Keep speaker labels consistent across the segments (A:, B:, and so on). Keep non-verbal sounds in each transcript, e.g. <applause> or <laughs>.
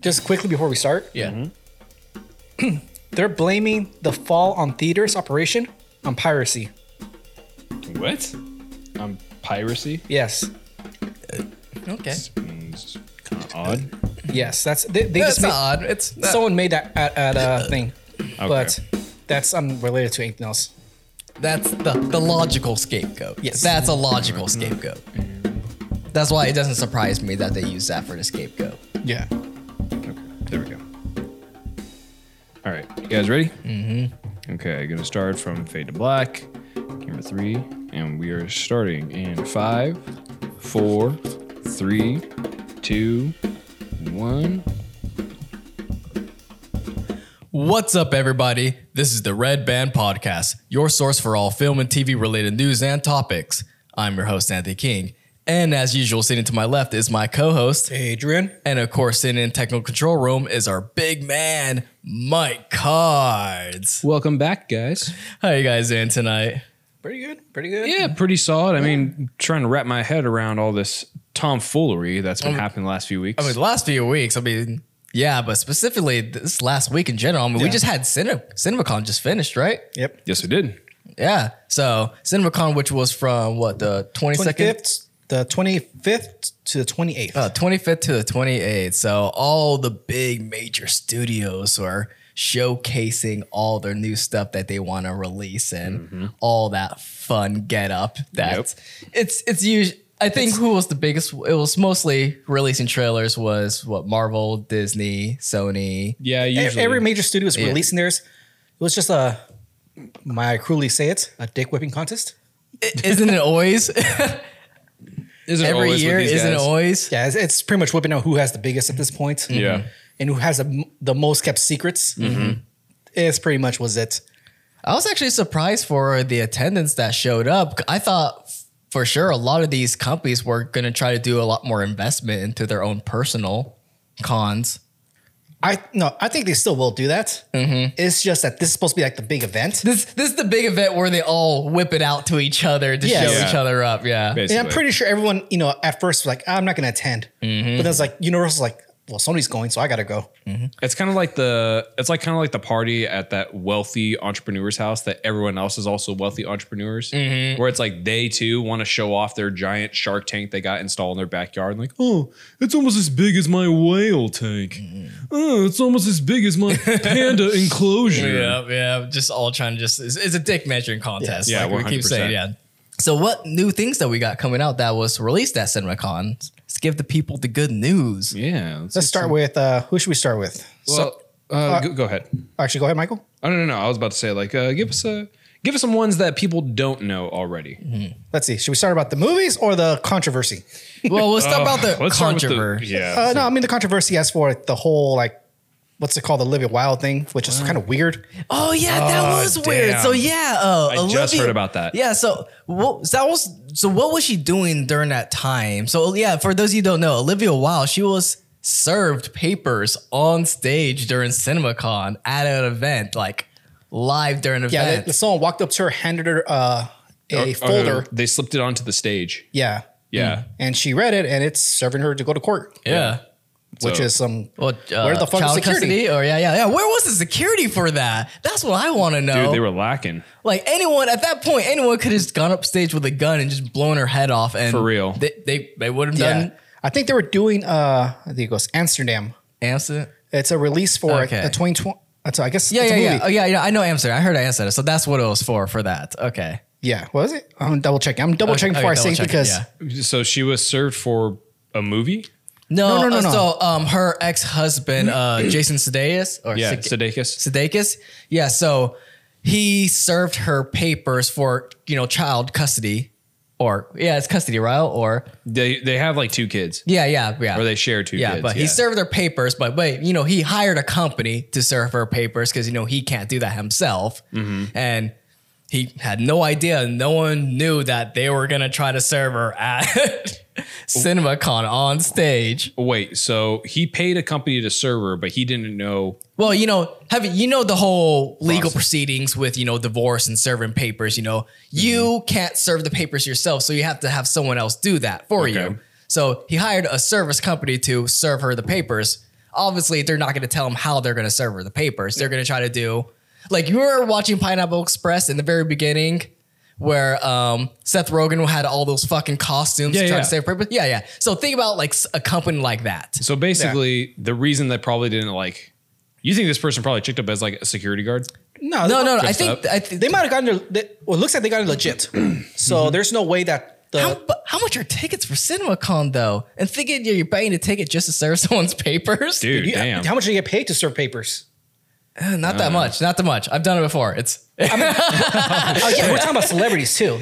A: just quickly before we start,
B: Yeah.
A: <clears throat> they're blaming the fall on theaters operation on piracy.
C: What? Um, piracy. Mm,
A: Yes,
B: Okay.
C: It's kind of odd.
A: yes, that's they, they
B: That's
A: just made,
B: not odd. It's not,
A: someone made that at at a thing, but that's unrelated to anything else.
B: that's the, the logical scapegoat.
A: Yes.
B: That's a logical scapegoat. That's why it doesn't surprise me that they use that for the scapegoat.
A: Yeah,
C: Okay, there we go. All right, you guys ready? Mm-hmm. Okay, gonna start from fade to black, camera three, and we are starting in five, four, three, two, one.
B: What's up, everybody? This is the Red Band Podcast, your source for all film and TV related news and topics. I'm your host, Anthony King. And as usual, sitting to my left is my co host.
A: Adrian.
B: And of course, sitting in technical control room is our big man, Mike Cards.
C: Welcome back, guys.
B: How you guys doing tonight?
A: Pretty good. Pretty good.
C: Yeah, pretty solid. I mean, trying to wrap my head around all this tomfoolery that's been happening the last few weeks.
B: I mean, the last few weeks, I mean, yeah, but specifically this last week in general, I mean, we
A: Yeah.
B: just had Cine- CinemaCon just finished, right?
A: Yep.
C: yes, we did.
B: Yeah. So CinemaCon, which was from what, the
A: 25th,
B: 22nd?
A: the 25th to the 28th.
B: Uh, 25th to the 28th. So all the big major studios are showcasing all their new stuff that they want to release and all that fun get up. That's it's it's usually I think who was the biggest? It was mostly releasing trailers. Was what Marvel, Disney, Sony.
C: Yeah,
A: E-
C: usually
A: Every major studio is releasing theirs. It was just a, my crudely say it, a dick whipping contest.
B: I- Isn't
C: <laughs>
B: it always
C: isn't
B: every
C: always with
B: year?
C: these
B: Isn't it
C: guys.
B: always?
A: Yeah, it's, it's pretty much whipping out who has the biggest at this point.
C: Yeah.
A: And who has the, m- the most kept secrets. It's pretty much was it.
B: I was actually surprised for the attendance that showed up. I thought for sure a lot of these companies were going to try to do a lot more investment into their own personal cons.
A: I no, I think they still will do that. It's just that this is supposed to be like the big event.
B: This this is the big event where they all whip it out to each other to
A: Yes.
B: show
A: Yeah.
B: each other up. Yeah.
C: Basically.
A: And I'm pretty sure everyone, you know, at first was like, "Ah, I'm not going to attend. But then it's like, Universal's like, well, Sony's going, so I got to go.
C: It's kind of like the it's like kind of like the party at that wealthy entrepreneur's house that everyone else is also wealthy entrepreneurs, where it's like they too want to show off their giant shark tank they got installed in their backyard. And like, oh, it's almost as big as my whale tank. Oh, it's almost as big as my panda enclosure.
B: Yeah, yeah. Just all trying to just it's, it's a dick measuring contest.
C: Yeah,
B: Yeah, like we keep
C: 100%.
B: saying. Yeah. So what new things that we got coming out that was released at CinemaCon? Let's give the people the good news.
C: Yeah. Let's,
A: Let's start with, uh, who should we start with?
C: Well, uh, go, go ahead.
A: Actually, go ahead, Michael.
C: Oh no, no, no. I was about to say like, uh, give us a give us some ones that people don't know already.
A: Let's see. Should we start about the movies or the controversy?
B: Well, let's talk about the
C: Let's start Oh, with the-
B: controversy.
C: yeah.
A: Uh, no, I mean the controversy as for the whole like, what's it called, the Live It Wild thing, which is kind of weird.
B: Oh yeah, that
C: Oh,
B: was weird. So
C: damn.
B: yeah, uh,
C: I just heard about that.
B: Yeah, so what? so that was so. What was she doing during that time? So yeah, for those of you who don't know, Olivia Wilde, she was served papers on stage during CinemaCon at an event, like live during an
A: Yeah,
B: event.
A: the- someone walked up to her, handed her uh, a
C: Oh,
A: folder.
C: they slipped it onto the stage.
A: Yeah,
C: Yeah.
A: and she read it, and it's serving her to go to court,
B: yeah.
A: which
C: So-
A: is some.
B: Well, uh,
A: Where the fuck was
B: child
A: security?
B: custody? Or yeah, yeah, yeah. Where was the security for that? That's what I want to know.
C: Dude, they were lacking.
B: Like anyone at that point, anyone could have just gone up stage with a gun and just blown her head off. And
C: For real.
B: they they, they would have
A: Yeah,
B: done
A: I think they were doing. Uh, I think it goes Amsterdam.
B: Amsterdam.
A: It's a release for a-
B: Okay.
A: a twenty twenty. So I guess
B: Yeah,
A: it's
B: yeah,
A: a
B: yeah.
A: movie.
B: Oh, yeah, yeah. I know Amsterdam. I heard Amsterdam. So that's what it was for. For that. Okay.
A: Yeah, what was it? I'm double checking. I'm double checking
B: Okay,
A: before I say
B: double
A: it
B: check it,
A: because
B: yeah.
C: So she was served for a movie.
A: No,
B: No, no,
A: no,
B: no.
A: no,
B: So um, her ex husband, uh, Jason Sudeikis, or
C: Yeah,
B: Sude-
C: Sudeikis.
B: Sudeikis. Yeah. So he served her papers for you know child custody, or yeah, it's custody, right? Or
C: They they have like two kids,
B: yeah, yeah, yeah.
C: or they share two
B: Yeah,
C: kids.
B: but he served her papers, but wait, you know, he hired a company to serve her papers because you know he can't do that himself,
C: Mm-hmm.
B: and he had no idea. No one knew that they were gonna try to serve her at <laughs> CinemaCon on stage.
C: Wait, so he paid a company to serve her, but he didn't know.
B: Well, you know, have you know the whole legal
C: Process.
B: proceedings with you know divorce and serving papers. You know,
C: Mm-hmm.
B: you can't serve the papers yourself, so you have to have someone else do that for
C: Okay.
B: you. So he hired a service company to serve her the papers. obviously they're not going to tell them how they're going to serve the papers. They're going to try to do like you were watching Pineapple Express in the very beginning. Where um, Seth Rogen had all those fucking costumes
C: Yeah,
B: to try
C: yeah.
B: to save purpose. Yeah, yeah. So think about like s- a company like that.
C: So basically, the reason they probably didn't like you think this person probably checked up as like a security guard.
A: No,
B: No, no, no. I
C: Just
B: think
C: up.
B: I th-
A: They might have gotten their. They, well, it looks like they got it
B: <clears throat>
A: legit. so there's no way that the
B: How, but how much are tickets for CinemaCon though? And thinking you're buying a ticket just to serve <laughs> someone's papers,
C: Dude,
A: you-
C: damn.
A: How much do you get paid to serve papers?
B: Eh, Not
A: uh,
B: that much. Not that much. I've done it before. It's
A: Oh, yeah, we're talking about celebrities too.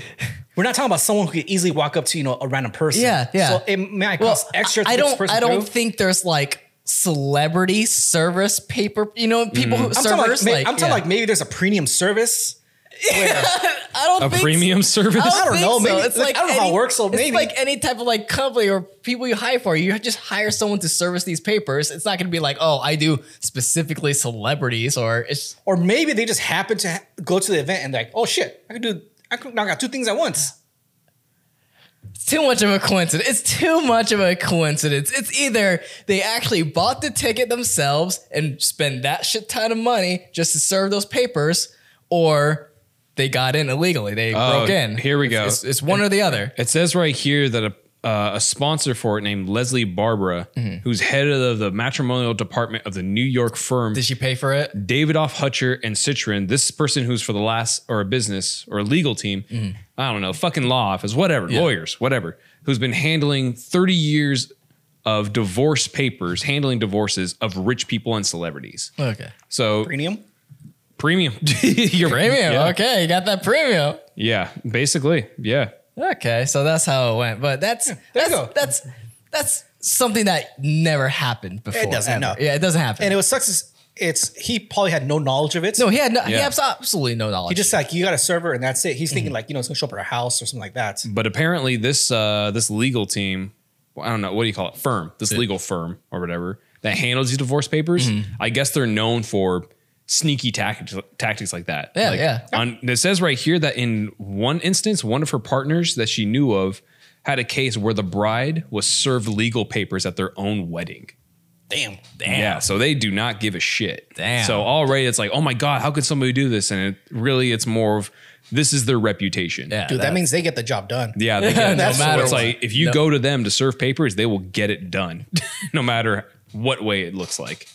A: We're not talking about someone who could easily walk up to you know a random person.
B: Yeah, yeah.
A: So it might
B: well,
A: cost extra. to get
B: I
A: this
B: don't.
A: person
B: I don't
A: through.
B: think there's like celebrity service paper. You know, people who
A: Mm. I'm talking, like,
B: servers
A: may-
B: like.
A: I'm talking
B: yeah.
A: like maybe there's a premium service. Where,
B: I don't
C: A
B: think so.
C: premium <laughs> service?
B: I
A: I don't
B: don't think
A: know,
B: so.
A: maybe-
B: It's
A: like,
B: like
A: I don't know how it
B: any-
A: works, so maybe-
B: it's like any type of like company or people you hire for. You just hire someone to service these papers. It's not going to be like, oh, I do specifically celebrities or it's
A: or maybe they just happen to ha- go to the event and like, oh shit, I could do. I could knock out two things at once.
B: too much of a coincidence. It's too much of a coincidence. It's either they actually bought the ticket themselves and spend that shit ton of money just to serve those papers, or they got in illegally. They
C: Oh,
B: broke in.
C: here we
B: It's-
C: go.
B: It's, it's one or the other.
C: It says right here that a, uh, a sponsor for it named Leslie Barbara, who's head of the matrimonial department of the New York firm
B: Did she pay for it?
C: Davidoff, Hutcher, and Citron. This person who's for the last or a business or a legal team, I don't know, fucking law office, whatever, lawyers, whatever, who's been handling 30 years of divorce papers, handling divorces of rich people and celebrities.
B: Okay.
C: So
A: Premium.
C: premium. <laughs> You're-
B: Premium.
C: Yeah.
B: Okay, you got that premium.
C: yeah, basically. Yeah.
B: Okay, so that's how it went. But that's
A: There you
B: that's,
A: go.
B: that's that's something that never happened before.
A: doesn't, no.
B: ever. Yeah, it doesn't happen.
A: And it was sucks. is- It's he probably had no knowledge of it.
B: no, he had no, he
C: Yeah.
B: has absolutely no knowledge.
A: He just like you got a server and that's it. He's thinking like you know it's gonna show up at our house or something like that.
C: But apparently, this uh, this legal team, well, I don't know what do you call it, firm, this legal firm or whatever that handles these divorce papers.
B: Mm-hmm.
C: I guess they're known for sneaky tactics tactics like that.
B: Yeah,
C: Like,
B: yeah.
C: On, it says right here that in one instance, one of her partners that she knew of had a case where the bride was served legal papers at their own wedding.
A: Damn.
C: Yeah, so they do not give a shit.
B: Damn.
C: So already it's like, oh my god, how could somebody do this? And it really, it's more of this is their reputation.
B: yeah,
A: Dude, that,
B: that-
A: means they get the job done.
C: Yeah, they get it.
B: No
C: That's
B: matter
C: so it's
B: what.
C: like if you
B: No-
C: go to them to serve papers, they will get it done, <laughs> no matter what way it looks like.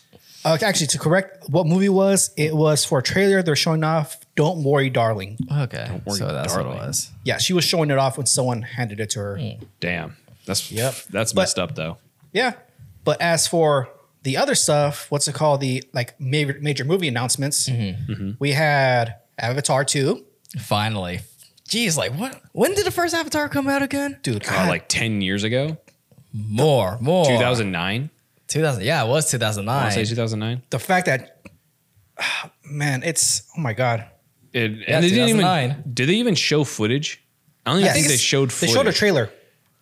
A: Uh, actually, to correct what movie was, it was for a trailer. They're showing off "Don't Worry, Darling."
B: Okay,
C: worry,
B: so that's what
C: darling.
B: it was.
A: Yeah, she was showing it off when someone handed it to her.
C: Damn, that's
A: Yep.
C: that's
A: But-
C: messed up though.
A: Yeah, but as for the other stuff, what's it called? The like major major movie announcements.
C: Mm-hmm.
A: We had Avatar two.
B: Finally, jeez, like what? When did the first Avatar come out again?
A: Dude,
C: Uh, like ten years ago,
B: More, more.
C: two thousand nine.
B: 2000 Yeah, it was two thousand
C: I say
B: nine.
C: two thousand nine.
A: the fact that <sighs> man, it's oh my god.
C: It and they didn't even.
B: 2009.
C: Did they even show footage? I don't even think they
A: it's-
C: showed
A: They
C: footage.
A: showed a trailer.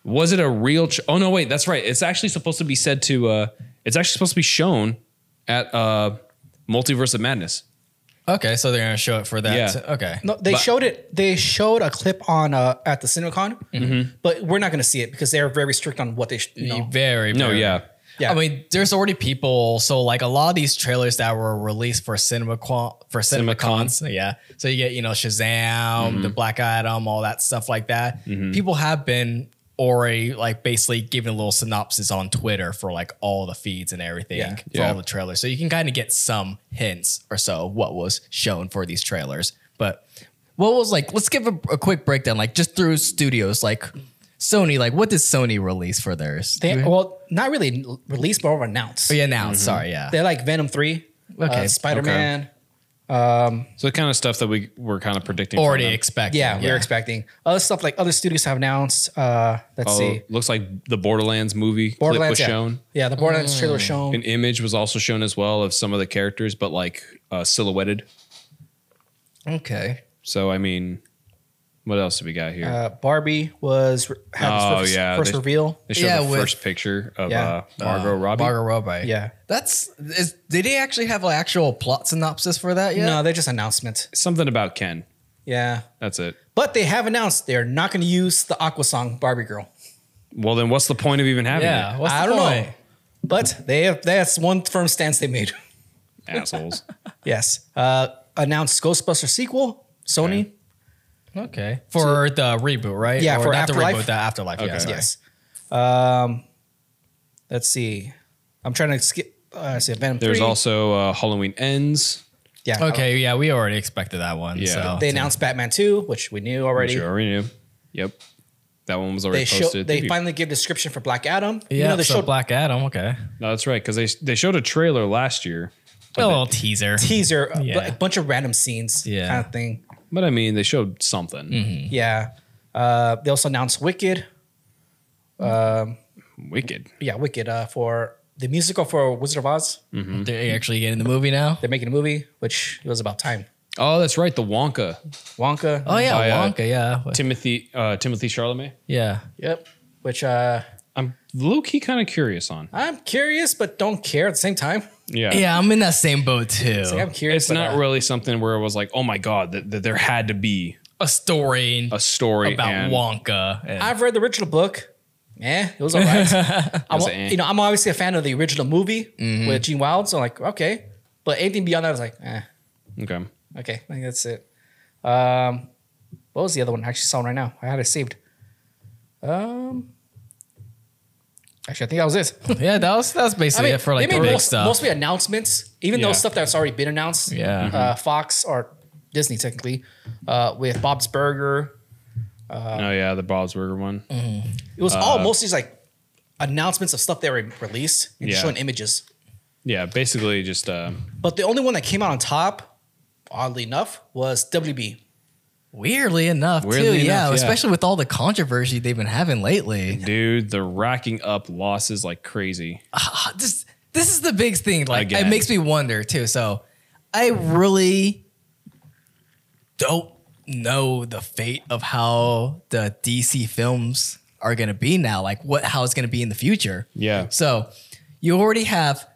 C: Was it a real? Ch- oh no, wait, that's right. It's actually supposed to be said to. uh It's actually supposed to be shown at uh Multiverse of Madness.
B: Okay, so they're gonna show it for that.
C: Yeah.
B: too. Okay.
A: No, they
C: But-
A: showed it. They showed a clip on uh, at the CinemaCon,
C: Mm-hmm.
A: but we're not going to see it because they are very strict on what they. Sh- you know.
B: Very,
C: No,
B: very-
C: yeah.
A: Yeah.
B: I mean, there's already people. So like a lot of these trailers that were released for cinema for CinemaCons, yeah. So you get you know Shazam,
C: Mm-hmm.
B: the Black Adam, all that stuff like that. People have been already like basically giving a little synopsis on Twitter for like all the feeds and everything
A: Yeah.
B: for
C: Yeah.
B: all the trailers. So you can kind of get some hints or so of what was shown for these trailers. But what was like? Let's give a, a quick breakdown, like just through studios, like. Sony, like, what did Sony release for theirs?
A: They, Mm-hmm. well, not really l- released, but were announced.
C: Oh,
B: Yeah, now sorry, yeah.
A: They're like Venom three,
B: Okay,
A: uh, Spider Man.
C: So the kind of stuff that we were kind of predicting from
B: Already
C: them.
B: expected.
A: Yeah, we were expecting other stuff like other studios have announced. Uh, let's
C: Oh,
A: see,
C: looks like the Borderlands movie clip was
A: Borderlands yeah.
C: shown. Mm.
A: Yeah, the Borderlands trailer was shown.
C: An image was also shown as well of some of the characters, but like uh, silhouetted.
B: Okay.
C: So I mean, what else do we got here?
A: Uh, Barbie was re- had
C: Oh,
A: its first,
C: yeah,
A: first
C: they-
A: reveal.
C: they showed
B: yeah,
C: the
B: with-
C: first picture of
A: Yeah.
C: uh, Margot Robbie.
B: Margot Robbie.
A: Yeah.
B: That's is did they actually have an actual plot synopsis for that yet?
A: No, they're just announcement.
C: Something about Ken.
A: Yeah,
C: That's it.
A: but they have announced they're not going to use the Aqua song Barbie Girl.
C: Well, then what's the point of even having
B: Yeah.
C: it?
B: What's the
A: I don't
B: point?
A: know. But they have, that's one firm stance they made.
C: <laughs>
A: <laughs>
C: Assholes.
A: yes. Uh, announced Ghostbuster sequel, Sony.
C: Okay.
B: Okay. For the reboot, right?
A: Yeah,
B: Or
A: for
B: not
A: Afterlife.
B: the reboot, the afterlife.
C: Okay.
B: Yeah, sorry.
A: Yes. Um, let's see. I'm trying to skip. Uh, let's see, Venom.
C: There's
A: 3.
C: also uh, Halloween Ends,
A: yeah.
B: Okay, yeah, we already expected that one.
C: Yeah.
B: So
A: They announced Batman 2, which we knew
C: which
A: already.
C: you already knew. Yep. That one was already
A: They show,
C: posted.
A: They
C: Did you-
A: finally give description for Black Adam.
B: yeah,
A: you know, they
B: so
A: showed
B: Black Adam. Okay.
C: no, that's right. Because they, they showed a trailer last year.
B: A little <laughs> teaser.
A: teaser, a
B: Yeah.
A: bu- a bunch of random scenes,
B: Yeah.
A: kind of thing.
C: But I mean, they showed something.
A: Yeah. Uh, they also announced Wicked. Mm-hmm.
C: Wicked.
A: Yeah, Wicked uh, for the musical for Wizard of Oz.
B: They're actually getting the movie now.
A: They're making a movie, which it was about time.
C: Oh, that's right. The Wonka.
A: Wonka.
B: Oh yeah,
C: By, uh,
B: Wonka. Yeah,
C: Timothy uh, Timothy Charlemagne.
B: yeah.
A: Yep. Which uh,
C: I'm low key kind of curious on.
A: I'm curious, but don't care at the same time.
C: Yeah.
B: Yeah, I'm in that same boat too.
A: Like, I'm curious.
C: It's
A: but,
C: not
A: uh,
C: really something where it was like, oh my God, that, that there had to be
B: a story
C: a story
B: about
C: and-
B: Wonka. and-
A: I've read the original book. Eh, it
B: <laughs>
A: was all right. I'm,
C: was eh.
A: you know, I'm obviously a fan of the original movie with Gene Wilde, so I'm like, okay. But anything beyond that, I was like, eh,
B: Uh,
C: Okay.
A: okay, I think that's it. Um, what was the other one? I actually saw it right now. I had it saved. Um, actually, I think that was it.
B: yeah, that was that's
A: I
B: basically
A: mean,
B: it for like
A: they
B: the
A: made
B: big
A: most,
B: stuff.
A: mostly announcements, even though
C: Yeah.
A: stuff that's already been announced.
B: Yeah.
A: uh, Fox or Disney technically, uh, with Bob's Burger,
C: oh yeah, the Bob's Burger one.
B: Mm.
A: It was all
C: Uh,
A: mostly just like announcements of stuff that were released and just
C: Yeah.
A: showing images.
C: Yeah, basically just uh,
A: But the only one that came out on top, oddly enough, was WB.
B: Weirdly enough,
C: Weirdly
B: too. yeah,
C: enough, yeah.
B: especially with all the controversy they've been having lately.
C: dude, they're racking up losses like crazy.
B: Ah, <sighs> This this is the big thing. Like
C: Again.
B: it makes me wonder too. So I really don't know the fate of how the DC films are gonna be now. Like what how it's gonna be in the future.
C: Yeah.
B: So you already have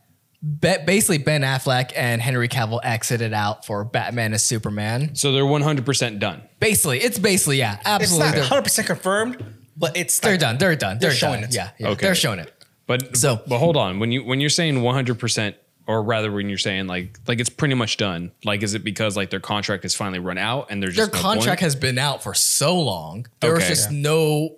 B: ba- basically Ben Affleck and Henry Cavill exited out for Batman and Superman.
C: So they're 100% done.
B: Basically, it's basically yeah,
A: It's
B: absolutely.
A: not
B: they're,
A: 100 percent confirmed, but it's
B: they're
A: like-
B: done. They're done. They're,
A: showing
B: done.
A: it.
B: Yeah, yeah.
C: Okay.
B: They're showing it.
C: But
B: So-
C: so, but hold on. When you when you're saying 100%, or rather when you're saying like like it's pretty much done. Like is it because like their contract has finally run out and they're
B: Their
C: just no point?
B: contract has been out for so long. There was
C: Okay.
B: just
A: Yeah.
B: no.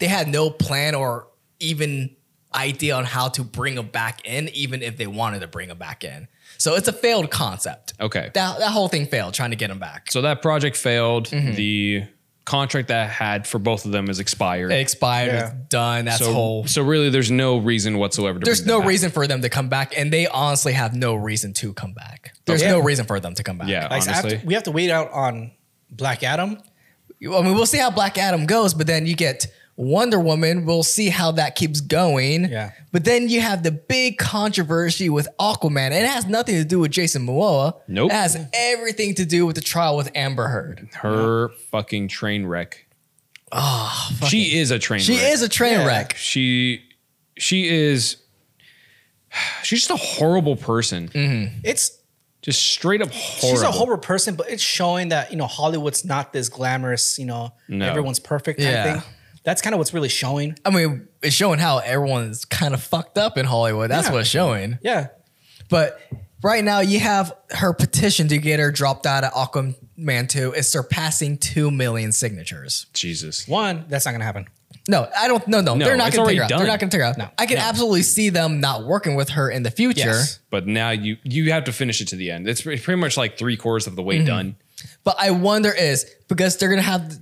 B: They had no plan or even idea on how to bring them back in, even if they wanted to bring them back in. So it's a failed concept.
C: Okay.
B: That, that whole thing failed trying to get them back.
C: So that project failed.
B: Mm-hmm.
C: The contract that I had for both of them is expired.
B: It expired.
A: Yeah.
B: It's done. That's
C: so,
B: whole.
C: so really, there's no reason whatsoever. To
B: There's
C: bring them
B: no
C: back.
B: reason for them to come back, and they honestly have no reason to come back. There's
A: Yeah.
B: no reason for them to come back.
C: Yeah,
A: like, I have to-
C: honestly.
A: we have to wait out on Black Adam.
B: I mean, we'll see how Black Adam goes, but then you get Wonder Woman. We'll see how that keeps going.
A: Yeah.
B: But then you have the big controversy with Aquaman. and It has nothing to do with Jason Momoa.
C: Nope.
B: It has everything to do with the trial with Amber Heard.
C: Her fucking train wreck. Oh, she is a train.
B: Ah, She
C: wreck.
B: is a train
A: Yeah.
B: wreck.
C: She she is. She's just a horrible person.
B: Mm.
A: It's
C: Just straight up horrible.
A: she's a horrible person, but it's showing that you know Hollywood's not this glamorous. You know,
C: No.
A: everyone's perfect. Kind
B: Yeah.
A: of thing. That's kind of what's really showing.
B: I mean, it's showing how everyone's kind of fucked up in Hollywood. That's
A: Yeah.
B: what it's showing.
A: Yeah,
B: But right now, you have her petition to get her dropped out of Aquaman 2 is surpassing 2 million signatures.
C: Jesus.
A: one that's not gonna happen.
B: No, I don't. No, no,
C: No,
B: they're not
C: it's
B: going to
C: already
B: figure out. They're
C: done.
B: not going to figure out.
A: No.
B: I can
A: No.
B: absolutely see them not working with her in the future.
A: Yes.
C: But now you you have to finish it to the end. It's pre- pretty much like three quarters of the
B: Mm-hmm.
C: way done.
B: But I wonder is because they're going to have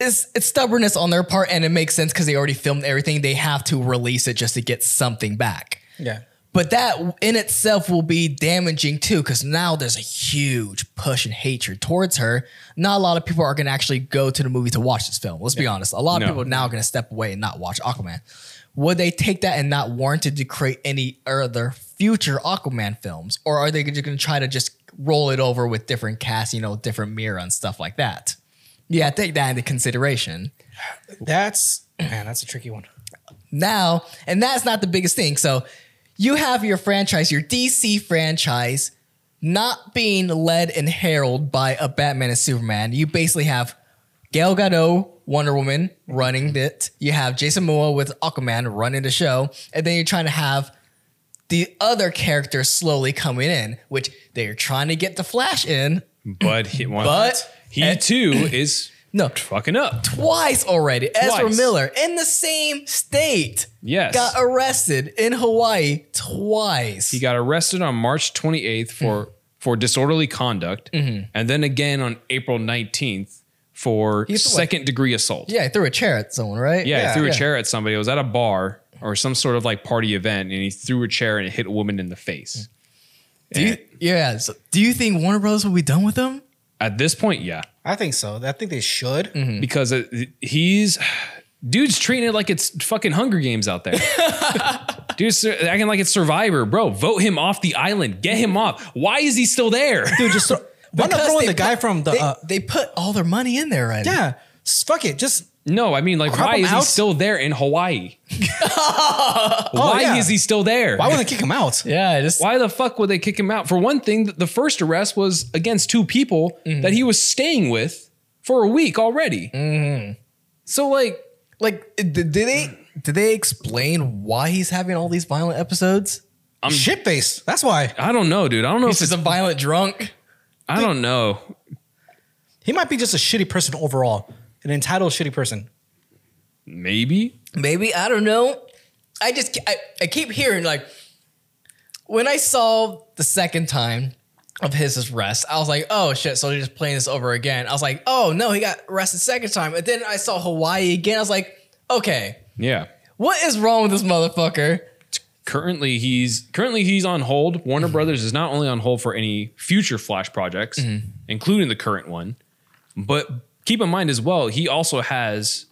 B: it's, it's stubbornness on their part, and it makes sense because they already filmed everything. They have to release it just to get something back.
A: Yeah,
B: But that in itself will be damaging too, because now there's a huge push and hatred towards her. Not a lot of people are going to actually go to the movie to watch this film. Let's be honest. A lot of
C: No.
B: people now are going to step away and not watch Aquaman. Would they take that and not warrant it to create any other future Aquaman films? Or are they just going to try to just roll it over with different cast, you know, different mirror and stuff like that? Yeah, take that into consideration
A: that's man, that's a tricky one.
B: now, and that's not the biggest thing. So you have your franchise, your DC franchise, not being led and heralded by a Batman and Superman. You basically have Gail Gadot, Wonder Woman, running it. You have Jason Momoa with Aquaman running the show, and then you're trying to have the other characters slowly coming in, which they're trying to get the Flash in
C: But he, well,
B: But-
C: he too is
B: No.
C: fucking up.
B: twice already. Ezra
C: Twice.
B: Miller in the same state
C: Yes.
B: got arrested in Hawaii twice.
C: He got arrested on March 28th for for disorderly conduct, and then again on April 19th for
B: Either way.
C: second degree assault.
B: yeah, he threw a chair at someone, right?
C: Yeah, he threw a chair at somebody. It was at a bar or some sort of like party event, and he threw a chair and it hit a woman in the face.
B: Do you, yeah. So do you think Warner Bros. will be done with him?
C: At this point, yeah,
A: I think so. I think they should.
C: because it, he's dude's treating it like it's fucking Hunger Games out there. Dude's acting like it's Survivor, bro. Vote him off the island. Get him off. Why is he still there?
A: Dude, just throw, why not
B: Because
A: throw in
B: they
A: the guy
B: put-
A: from the
B: They,
A: uh,
B: they put all their money in there already.
A: yeah? s- Fuck it, just
C: No, I mean, like,
A: Crop
C: why
A: him
C: is he
A: out?
C: still there
A: <laughs>
C: in Hawaii? <laughs> why
A: Oh, yeah.
C: is he still there?
A: why
C: Why,
A: would they kick him out?
B: Yeah. Just
C: the fuck would they kick him out? For one thing, th- the first arrest was against two people
A: Mm-hmm.
C: that he was staying with for a week already.
A: Mm-hmm.
C: So, like,
B: like did, did they did they explain why he's having all these violent episodes?
A: Shit faced. That's why
C: I don't know, dude. I don't know
B: He's
C: if
B: just
C: it's,
B: a violent drunk.
C: I don't know.
A: he might be just a shitty person overall, an entitled shitty person.
C: Maybe.
B: Maybe I don't know. I just I, I keep hearing like when I saw the second time of his arrest, I was like, oh shit, so they're just playing this over again. I was like, oh no, he got arrested second time. And then I saw Hawaii again. I was like, okay,
C: Yeah.
B: what is wrong with this motherfucker?
C: Currently, he's currently he's on hold. Warner Brothers is not only on hold for any future Flash projects, including the current one, but keep in mind as well, he also has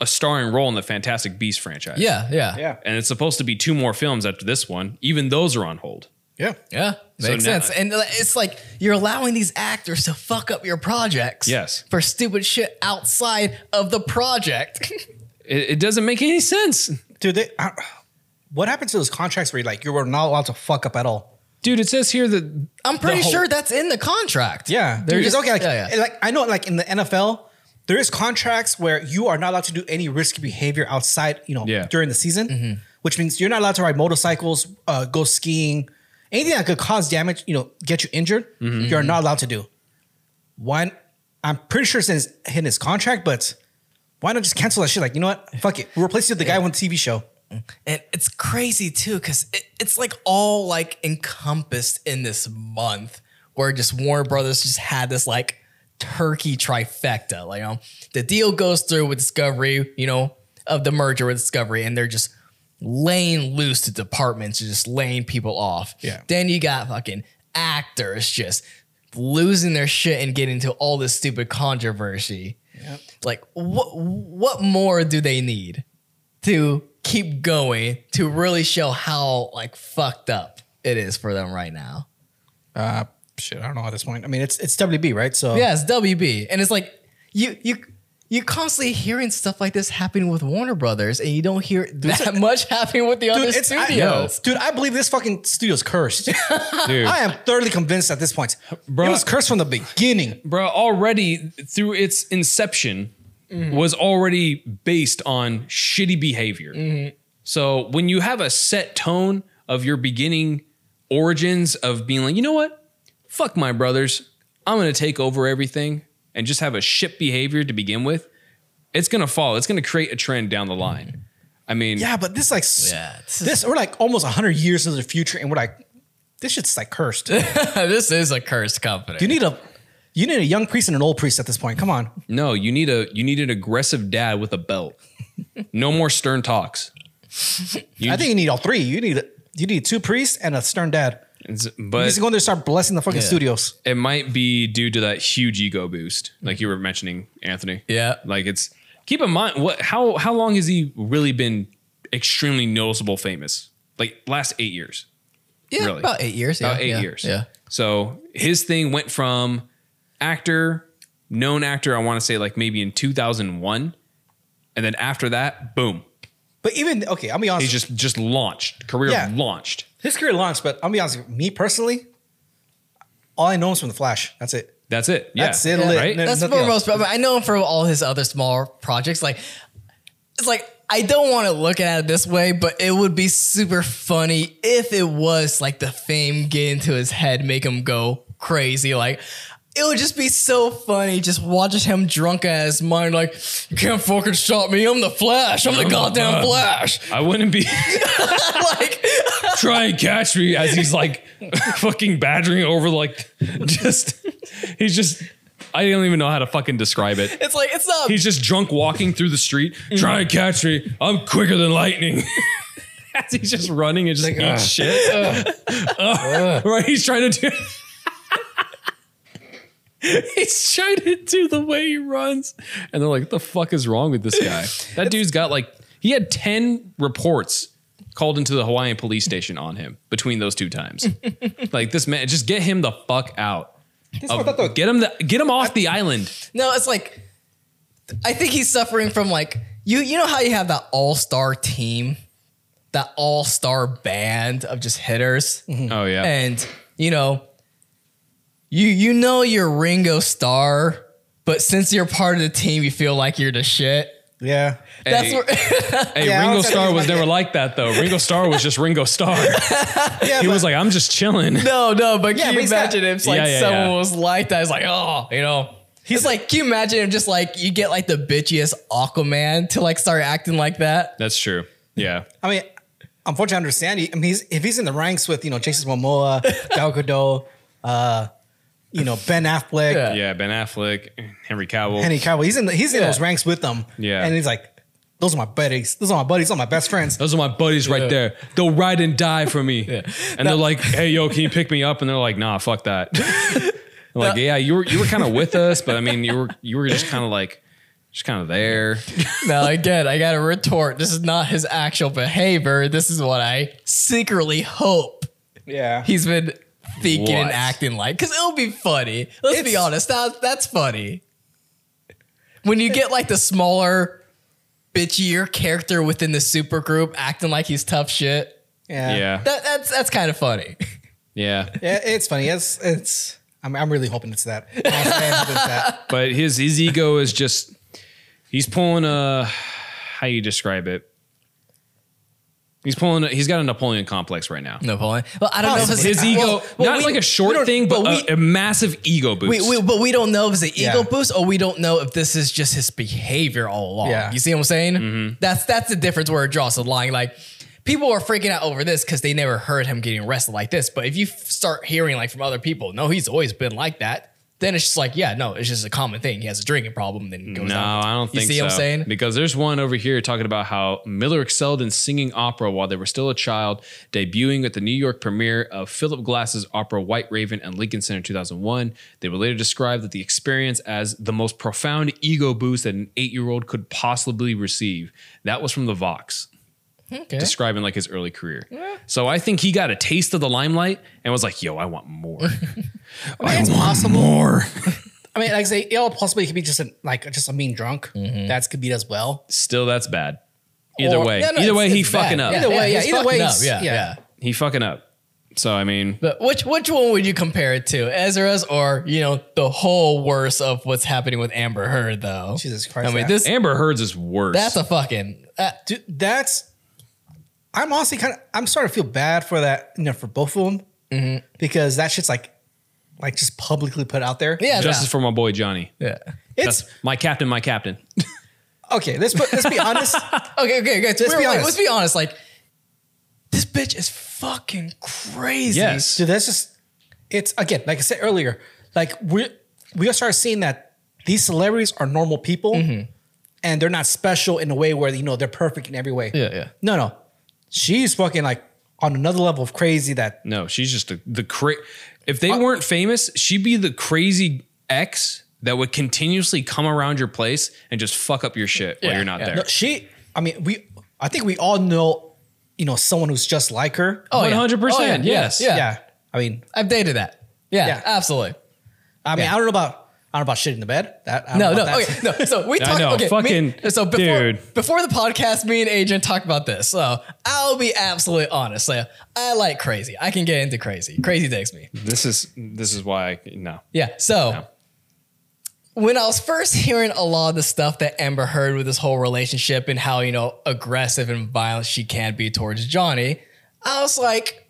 C: a starring role in the Fantastic Beast franchise.
B: Yeah, yeah.
A: Yeah.
C: and it's supposed to be two more films after this one. Even those are on hold.
A: Yeah.
B: Yeah, makes
C: now-
B: sense. And it's like you're allowing these actors to fuck up your projects.
C: Yes.
B: For stupid shit outside of the project. <laughs>
C: It, it doesn't make any sense,
A: Dude, they, I, what happened to those contracts where you're like you were not allowed to fuck up at all?
C: dude. It says here that
B: I'm pretty
C: The whole-
B: sure that's in the contract.
A: Yeah,
B: They're
A: dude, it's
B: just-
A: okay. Like,
B: yeah, yeah.
A: like I know, like in the NFL, there is contracts where you are not allowed to do any risky behavior outside, you know,
C: Yeah.
A: during the season,
B: Mm-hmm.
A: which means you're not allowed to ride motorcycles, uh, go skiing, anything that could cause damage, you know, get you injured.
B: Mm-hmm.
A: You're not allowed to do. Why? I'm pretty sure it's in his, in his contract, but why not just cancel that shit? Like, you know what? Fuck it. We'll replace you with the guy on the TV show.
B: And it's crazy too, because it, it's like all like encompassed in this month where just Warner Brothers just had this like turkey trifecta. Like um, the deal goes through with Discovery, you know, of the merger with Discovery, and they're just laying loose to departments, just laying people off.
A: Yeah.
B: Then you got fucking actors just losing their shit and getting into all this stupid controversy. Like what what more do they need? to keep going to really show how like fucked up it is for them right now.
A: Uh, shit, I don't know at this point. I mean, it's it's WB, right? So
B: Yeah, it's WB, and it's like you you you constantly hearing stuff like this happening with Warner Brothers, and you don't hear that much happening with the other
A: Dude, it's I-
B: studios.
A: dude, I believe this fucking studio's cursed. <laughs>
C: dude,
A: I am thoroughly convinced at this point.
C: Bruh.
A: It was cursed from the beginning.
C: bro, already through its inception was already based on shitty behavior. So when you have a set tone of your beginning origins of being like, you know what, fuck my brothers, I'm gonna take over everything and just have a shit behavior to begin with, it's gonna fall. It's gonna create a trend down the line. I mean,
A: Yeah, but this like s-
B: Yeah, this
A: this,
B: is-
A: we're like almost hundred years into the future, and we're like, this shit's like
C: <laughs>
A: cursed. you
B: <laughs> this is a cursed company.
A: need a you need a young priest and an old priest at this point. Come on.
C: No, you need a you need an aggressive dad with a belt. No more stern talks. You-
A: I think you need all three. You need you need two priests and a stern dad.
C: it's-
A: He's
C: but
A: going to start blessing the fucking
B: Yeah.
A: studios.
C: it might be due to that huge ego boost, like you were mentioning, Anthony.
B: Yeah.
C: like it's keep in mind what how how long has he really been extremely noticeable famous? Like last eight years,
B: yeah,
C: really.
B: about eight years.
C: about
B: yeah,
C: eight
B: yeah,
C: years.
B: Yeah,
C: So his thing went from actor, known actor. I want to say like maybe in two thousand one, and then after that, boom,
A: But even okay, I'll be honest.
C: he just just launched career
A: Yeah.
C: launched.
A: his career launched, but I'll be honest. with you, Me personally, all I know is from the Flash. That's it.
C: That's it. Yeah.
A: That's it. Lit.
C: Right?
A: No-
B: that's
A: nothing
B: for
A: else.
B: most. But I know him for all his other small projects. Like it's like I don't want to look at it this way, but it would be super funny if it was like the fame get into his head, make him go crazy. Like it would just be so funny just watching him drunk ass mind like you can't fucking stop me. I'm the Flash. I'm
A: Oh
B: the goddamn Flash. <laughs>
C: I wouldn't be <laughs>
B: like
C: try and catch me as he's like <laughs> fucking badgering over like <laughs> just he's just I don't even know how to fucking describe it.
B: it's like it's not
C: He's just drunk walking through the street. Try and catch me. I'm quicker than lightning. <laughs> As he's just running and just eats shit. <laughs> Uh, right, he's trying to do. <laughs> he's trying to do the way he runs, and they're like, "What the fuck is wrong with this guy? That dude's got like he had ten reports." Called into the Hawaiian police station on him between those two times. like this man, just get him the fuck out.
A: what I thought though.
C: get him the get him off the island.
B: No, it's like I think he's suffering from like you you know how you have that all-star team, that all-star band of just hitters.
C: Oh yeah.
B: And you know, you you know you're Ringo Starr, but since you're part of the team, you feel like you're the shit.
A: Yeah.
B: That's
C: Hey.
B: where <laughs>
C: Hey,
A: Yeah, I
C: Ringo
A: was
C: Starr
A: thinking
C: was
A: about <laughs>
C: never like that though. Ringo Starr was just Ringo Starr.
A: Yeah.
C: <laughs> He
A: but-
C: was like, I'm just chilling.
B: no, no, but
A: Yeah, but
B: can you
A: he's got-
B: imagine if like
C: Yeah, yeah,
B: someone
C: yeah.
B: was like that? It's like, oh, you know. He's like, can you imagine him just like you get like the bitchiest Aquaman to like start acting like that?
C: That's true. Yeah.
A: I mean, unfortunately, I understand. he- I mean, he's, if he's in the ranks with you know Jason
C: <laughs>
A: Momoa, Gal Gadot, uh, you know Ben Affleck,
B: Yeah.
C: Yeah. Ben Affleck, Henry Cavill.
A: Henry Cavill, he's in the, he's in
B: Yeah.
A: those ranks with them.
C: Yeah.
A: and he's like, those are my buddies. Those are my buddies. Those are my best friends.
C: Those are my buddies right
B: Yeah.
C: there. They'll ride and die for me. And they're like, hey, yo, can you pick me up? And they're like, nah,
A: <laughs>
C: fuck that. I'm like, yeah, you were you were kind of with us, but I mean you were you were just kind of like just kind of there.
B: Now, again, I got to retort. This is not his actual behavior. This is what I secretly hope
A: Yeah,
B: he's been thinking and
C: What?
B: acting like. Because it'll be funny. Let's be
A: It's-
B: honest. That, that's funny. When you get like the smaller, bitchier character within the supergroup acting like he's tough shit,
A: yeah,
C: Yeah.
B: that, that's that's kind of funny. <laughs>
C: Yeah.
A: Yeah, It's funny. It's it's. I'm, I'm really hoping it's
C: <laughs>
A: that. Honestly, I'm hoping it's that.
C: But his his ego is just he's pulling a how you describe it. He's pulling a, he's got a Napoleon complex right now.
B: Napoleon. Well, I don't know if
A: Possibly.
B: it's
C: his ego,
B: well- well,
C: not
B: we-
C: like a
B: we
C: short
B: don't-
C: thing, but,
B: we-
C: a, a massive ego boost.
B: We, we, but we don't know if it's an ego
A: Yeah.
B: boost or we don't know if this is just his behavior all along.
A: Yeah.
B: You see what I'm saying? That's that's the difference where it draws the line. Like people are freaking out over this because they never heard him getting arrested like this. But if you f- start hearing like from other people, no, he's always been like that. Then it's just like, yeah, no, it's just a common thing. He has a drinking problem. Then it goes
C: no,
B: on.
C: I don't
B: you
C: think
B: see
C: so.
B: what I'm saying?
C: Because there's one over here talking about how Miller excelled in singing opera while they were still a child, debuting at the New York premiere of Philip Glass's opera White Raven and Lincoln Center in 2001. They were later described that the experience as the most profound ego boost that an eight-year-old could possibly receive. That was from the Vox.
B: Okay.
C: describing like his early career. So I think he got a taste of the limelight and was like, "Yo, I want more.
B: <laughs>
C: I want more."
A: <laughs> I mean, like I say, it all possibly could be just a, like just a mean drunk.
C: Mm-hmm.
A: That's could be as well.
C: Still, that's bad. Either
A: Or-
C: way,
B: No,
C: either
B: no, it's-
C: way, he
B: it's
C: fucking
B: bad.
C: up.
A: Either way, yeah,
B: he's
A: either way,
B: fucking up.
A: he's-
B: Yeah,
A: yeah.
B: yeah.
C: He fucking up. So I mean,
B: But which which one would you compare it to, Ezra's or you know the whole worst of what's happening with Amber Heard though?
A: Jesus Christ,
B: I mean
A: that-
B: this
C: Amber Heard's is worse.
B: that's a fucking uh,
A: Dude, that's. I'm honestly kind of. I'm starting to feel bad for that. You know, for both of them
B: Mm-hmm.
A: because that shit's like, like just publicly put out there.
B: yeah
C: justice for my boy Johnny.
B: yeah.
A: it's
C: That's my captain. My captain.
A: okay. Let's put,
B: <laughs>
A: let's be honest.
B: Okay, okay, okay. Let's,
A: be
B: be honest.
A: honest.
B: let's be honest. Like this bitch is fucking crazy.
C: Yes.
A: Dude, that's just. It's again, like I said earlier, like we we start seeing that these celebrities are normal people,
B: Mm-hmm.
A: and they're not special in a way where you know they're perfect in every way.
B: Yeah, yeah.
A: No, no, she's fucking like on another level of crazy that
C: No, she's just the the cra- If
B: Uh,
C: they weren't famous, she'd be the crazy ex that would continuously come around your place and just fuck up your shit while
B: Yeah,
C: you're not
B: yeah.
C: there.
A: No, she. I mean, we. I think we all know, you know, someone who's just like her.
B: Oh, yeah.
C: 100%,
B: yeah,
C: yes.
B: Yeah.
A: yeah. I mean,
B: I've dated that. Yeah,
A: Yeah.
B: absolutely.
A: I mean, I don't know about. I don't know about shit in the bed. That I don't
B: No,
A: know
B: no,
A: about that.
B: okay, no. So we
C: <laughs> I
B: talked.
C: know,
B: Okay, me-
C: fucking
B: so before
C: dude.
B: before the podcast, me and Adrian talked about this. So I'll be absolutely honest. Like, I like crazy. I can get into crazy. Crazy takes me.
C: This is this is why I, no.
B: Yeah. So when I was first <laughs> hearing a lot of the stuff that Amber heard with this whole relationship and how, you know, aggressive and violent she can be towards Johnny, I was like,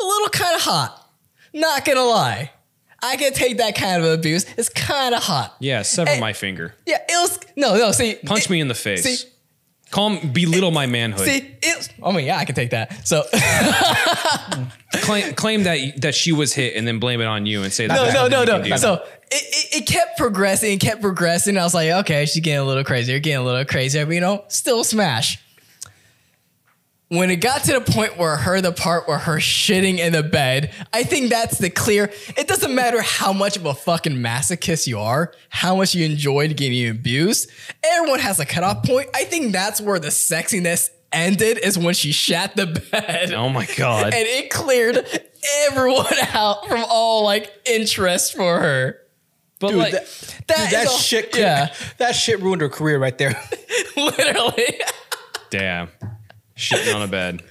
B: a little kind of hot. Not gonna lie. I can take that kind of abuse. It's kind of hot.
C: Yeah, sever
B: Hey.
C: my finger.
B: Yeah, it was, no, no, see.
C: Punch
B: it-
C: me in the face.
B: see-
C: Calm, belittle my manhood.
B: See, it was, I mean, yeah, I can take that. So,
C: claim, claim that that she was hit and then blame it on you and say that.
B: no,
C: there's
B: no, no,
C: nothing you can
B: no.
C: do.
B: So it, it, it kept progressing, it kept progressing. I was like, okay, she's getting a little crazier, getting a little crazier, but you know, still smash. When it got to the point where her, the part where her shitting in the bed, I think that's the clear. It doesn't matter how much of a fucking masochist you are, how much you enjoyed getting abused. Everyone has a cutoff point. I think that's where the sexiness ended is when she shat the <laughs> bed
C: oh my god.
B: and it cleared everyone <laughs> out from all like interest for her.
C: but
A: Dude,
C: like,
A: that,
B: that
A: dude,
B: is
A: that
B: a-
A: shit.
B: yeah.
A: <laughs> that shit ruined her career right there. <laughs>
B: <laughs> Literally,
C: damn, shitting on a bed.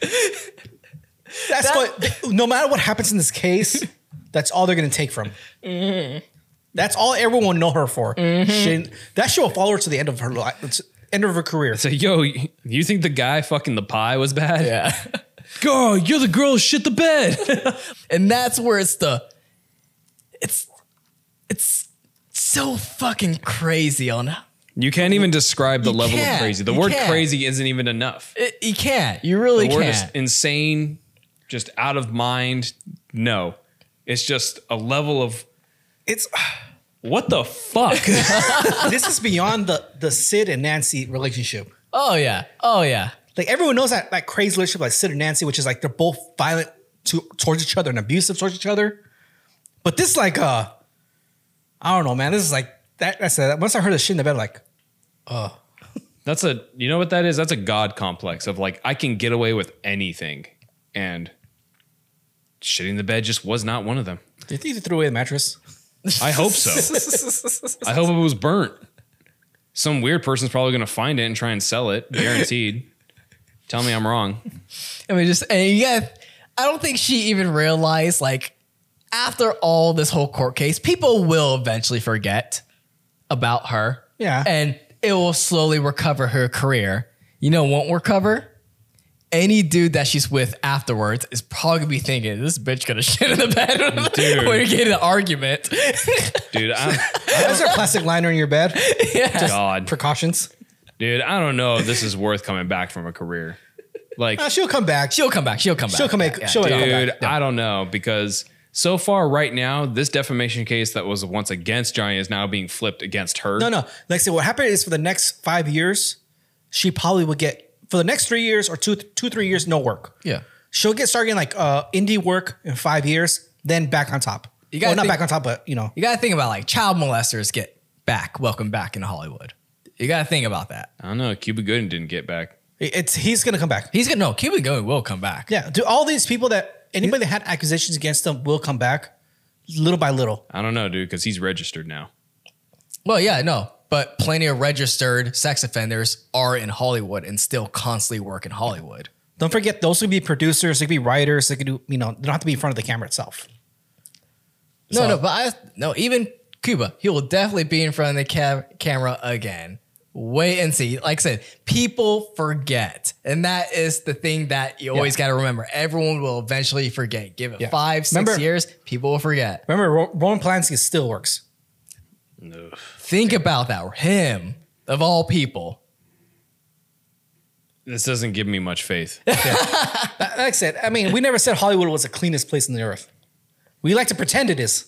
A: That's
B: That-
A: what. No matter what happens in this case, that's all they're gonna take from.
B: Mm-hmm.
A: That's all everyone will know her for. She, that shit will follow her to the end of her life, end of her career.
C: So yo, you think the guy fucking the pie was bad?
B: yeah.
C: Girl, you're the girl who shit the bed.
B: And that's where it's the, it's, it's so fucking crazy on.
C: You can't even describe the level of
B: can't.
C: crazy. The
B: You
C: word
B: can't.
C: crazy isn't even enough.
B: It, you can't. You really
C: The word is
B: can't.
C: insane, just out of mind. No, it's just a level of
A: It's <sighs>
C: what the
B: <laughs>
C: fuck.
A: this is beyond the the Sid and Nancy relationship.
B: Oh yeah. Oh yeah.
A: Like everyone knows that that crazy relationship, like Sid and Nancy, which is like they're both violent to, towards each other and abusive towards each other. But this, like, uh, I don't know, man. This is like that. That's that. Once I heard the shit in the bed, like,
C: That's a you know what that is? That's a god complex of like I can get away with anything, and shitting the bed just was not one of them.
A: do you think you threw away the
B: <laughs>
A: mattress?
C: I hope so. I hope it was burnt. Some weird person's probably gonna find it and try and sell
A: <laughs>
C: it, guaranteed. Tell me I'm wrong.
B: I mean, just and you got. I don't think she even realized like after all this whole court case, people will eventually forget about her.
A: Yeah.
B: and it will slowly recover her career. You know, what won't recover. Any dude that she's with afterwards is probably gonna be thinking, "This bitch gonna shit in the bed <laughs>
C: Dude.
B: when we get in an argument." <laughs>
A: <laughs>
C: Dude, I'm
A: Is there a plastic liner in your bed?
C: God.
A: Precautions.
C: Dude, I don't know if this is worth coming back from a career.
A: <laughs>
C: Like,
A: Uh, she'll come back. She'll,
B: she'll come back. She'll come back.
A: she'll come back. she'll come back.
C: dude, I don't know because so far right now, this defamation case that was once against Johnny is now being flipped against her.
A: No, no. Like I said, what happened is for the next five years, she probably would get for the next three years or two, two, three years, no work.
B: Yeah.
A: She'll get started in like uh, indie work in five years, then back on top.
B: You
A: well,
B: gotta
A: not
B: think-
A: back on top, but you know.
B: You gotta think about like child molesters get back, welcome back in Hollywood. You gotta think about that.
C: I don't know. Cuba Gooden didn't get back.
A: It's he's gonna come back.
B: He's gonna no, Cuban going will come back.
A: Yeah. Do all these people that anybody that had accusations against them will come back little by little.
C: I don't know, dude, because he's registered now.
B: Well, yeah, no. But plenty of registered sex offenders are in Hollywood and still constantly work in Hollywood.
A: Don't forget those could be producers, they could be writers, they could do you know, they don't have to be in front of the camera itself.
B: No,
A: So-
B: no, but I no, even Cuba, he will definitely be in front of the ca- camera again. Wait and see. Like I said, people forget. And that is the thing that you always got to remember. Everyone will eventually forget. Give it
A: Yeah.
B: five, six
A: Remember-
B: years, people will forget.
A: Remember, Ro- Roman Polanski still works.
C: No.
B: Think about that. Him, of all people.
C: This doesn't give me much faith.
A: Like I said, I mean, we never said Hollywood was the cleanest place on the earth. We like to pretend it is.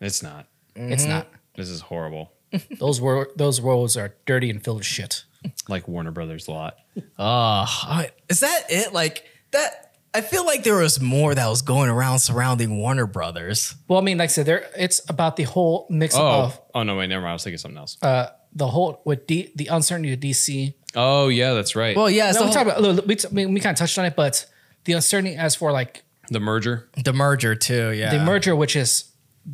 C: it's not.
A: It's not.
C: This is horrible.
A: Those wor- those roads are dirty and filled with shit.
C: Like Warner Brothers lot.
B: Uh, is that it? Like that? I feel like there was more that was going around surrounding Warner Brothers.
A: Well, I mean, like I said, there it's about the whole mix
C: Oh,
A: of
C: oh no, wait, never mind. I was thinking something else.
A: Uh, the whole with D, the uncertainty of DC.
C: oh yeah, that's right.
B: Well, yeah, it's
A: No,
B: the,
A: we
B: whole-
A: talked about look, we, t- I mean, we kind of touched on it, but the uncertainty as for like
C: the merger.
B: the merger too. Yeah,
A: the merger, which is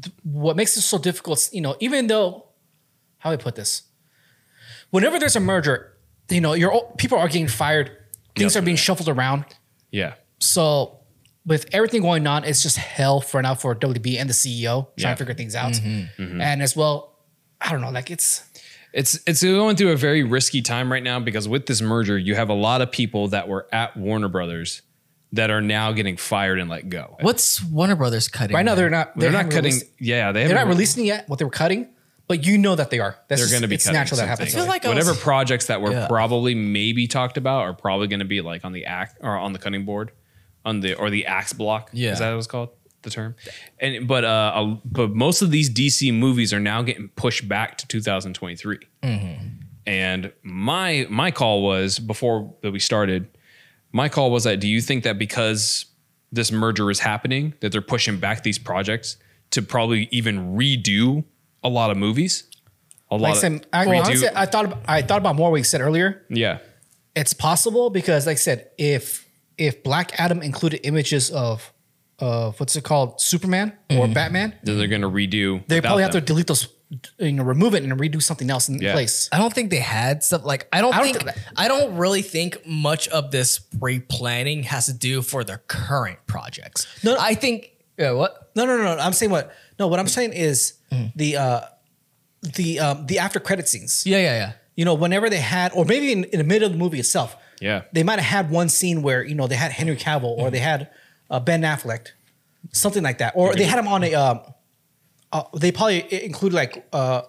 A: th- what makes it so difficult. You know, even though how do I put this, whenever there's a merger, you know, your people are getting fired, things
C: Yep.
A: are being shuffled around.
C: Yeah.
A: So with everything going on, it's just hell for now for WB and the CEO trying
C: Yeah. Mm-hmm.
A: to figure things out, and as well I don't know. Like it's
C: It's it's going through a very risky time right now because with this merger, you have a lot of people that were at Warner Brothers that are now getting fired and let go.
B: What's Warner Brothers cutting?
A: right now they're
B: there?
A: not
C: They're not
A: haven't
C: cutting.
A: released-
C: yeah, they
A: they're not
C: haven't-
A: releasing yet what they were cutting, but you know that they are. That's
C: They're going to be
A: it's
C: cutting
A: natural that happens.
C: something.
B: I feel like I
C: whatever
B: was-
C: projects that were
B: Yeah.
C: probably maybe talked about are probably going to be like on the act or on the cutting board, on the or the axe block.
B: Yeah.
C: is that what's called the term? And but uh, a- but most of these DC movies are now getting pushed back to 2023. And my my call was before that we started. My call was that do you think that because this merger is happening that they're pushing back these projects to probably even redo a lot of movies? A lot
A: Like I
C: of
A: said, I,
C: redo-
A: honestly, I thought ab- I thought about more what you said earlier.
C: yeah.
A: It's possible because, like I said, if if Black Adam included images of of what's it called, Superman or Batman,
C: Then they're going to redo.
A: they
C: without
A: probably have to
C: Mm-hmm. them.
A: delete those, you know, remove it and redo something else in
C: Yeah.
A: place.
B: I don't think they had stuff like I don't,
A: I don't
B: think
A: think-
B: I don't really think much of this pre-planning has to do for their current projects. No, I think yeah, what
A: No, no, no, no. I'm saying what? No, what I'm saying is the uh the um the after credit scenes.
B: yeah yeah yeah
A: you know, whenever they had, or maybe in, in the middle of the movie itself,
C: Yeah.
A: they might have had one scene where you know they had Henry Cavill or they had uh, Ben Affleck, something like that, or they had him on a, um, uh, they probably i- include like uh,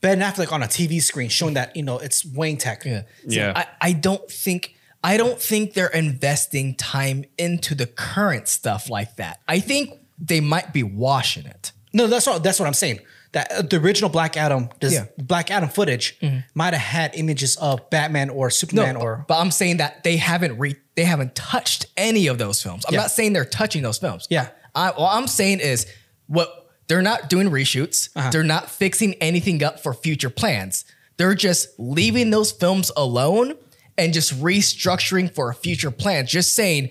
A: Ben Affleck on a TV screen showing that you know it's Wayne Tech.
B: yeah So
C: Yeah.
B: I, I don't think I don't think they're investing time into the current stuff like that. I think they might be washing it.
A: No, that's what that's what I'm saying. That uh, the original Black Adam, this
B: Yeah. Mm-hmm.
A: Black Adam footage might have had images of Batman or Superman
B: but-
A: or
B: but I'm saying that they haven't re they haven't touched any of those films. I'm
A: Yeah.
B: not saying they're touching those films.
A: Yeah.
B: I, all I'm saying is what they're not doing reshoots.
A: Uh-huh.
B: They're not fixing anything up for future plans. They're just leaving those films alone and just restructuring for future plans. Just saying,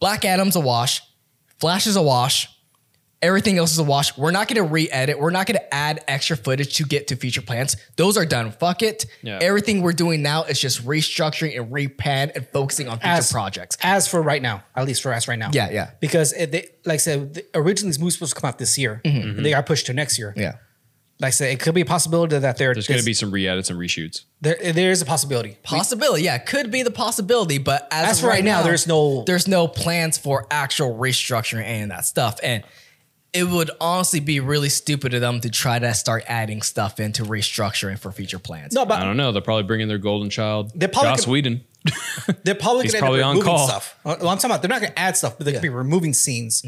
B: Black Adam's a wash, Flash is a wash. Everything else is a wash. We're not going to re-edit. We're not going to add extra footage to get to future plans. Those are done. Fuck it.
C: Yeah.
B: Everything we're doing now is just restructuring and repan and focusing on future
A: As-
B: projects.
A: As for right now, at least for us right now.
B: Yeah, yeah.
A: Because it, they, like I said, the, originally this movie was supposed to come out this year.
C: Mm-hmm.
A: and They got pushed to next year.
B: Yeah.
A: Like I said, it could be a possibility that there,
C: There's going to be some re-edits and reshoots.
A: there, there is a possibility.
B: Possibility. Yeah, could be the possibility, but as,
A: As
B: of
A: for right now, there's no-
B: there's no plans for actual restructuring and that stuff. And it would honestly be really stupid of them to try to start adding stuff into restructuring for future plans.
A: No,
C: I
A: but
C: don't know. They'll probably bring in their golden child,
A: They're probably
C: Joss
A: gonna-
C: Whedon.
A: they're probably
C: He's
A: going to
C: probably
A: end up
C: on
A: removing
C: call.
A: stuff. Uh, Well, I'm talking about they're not going to add stuff, but they could be removing scenes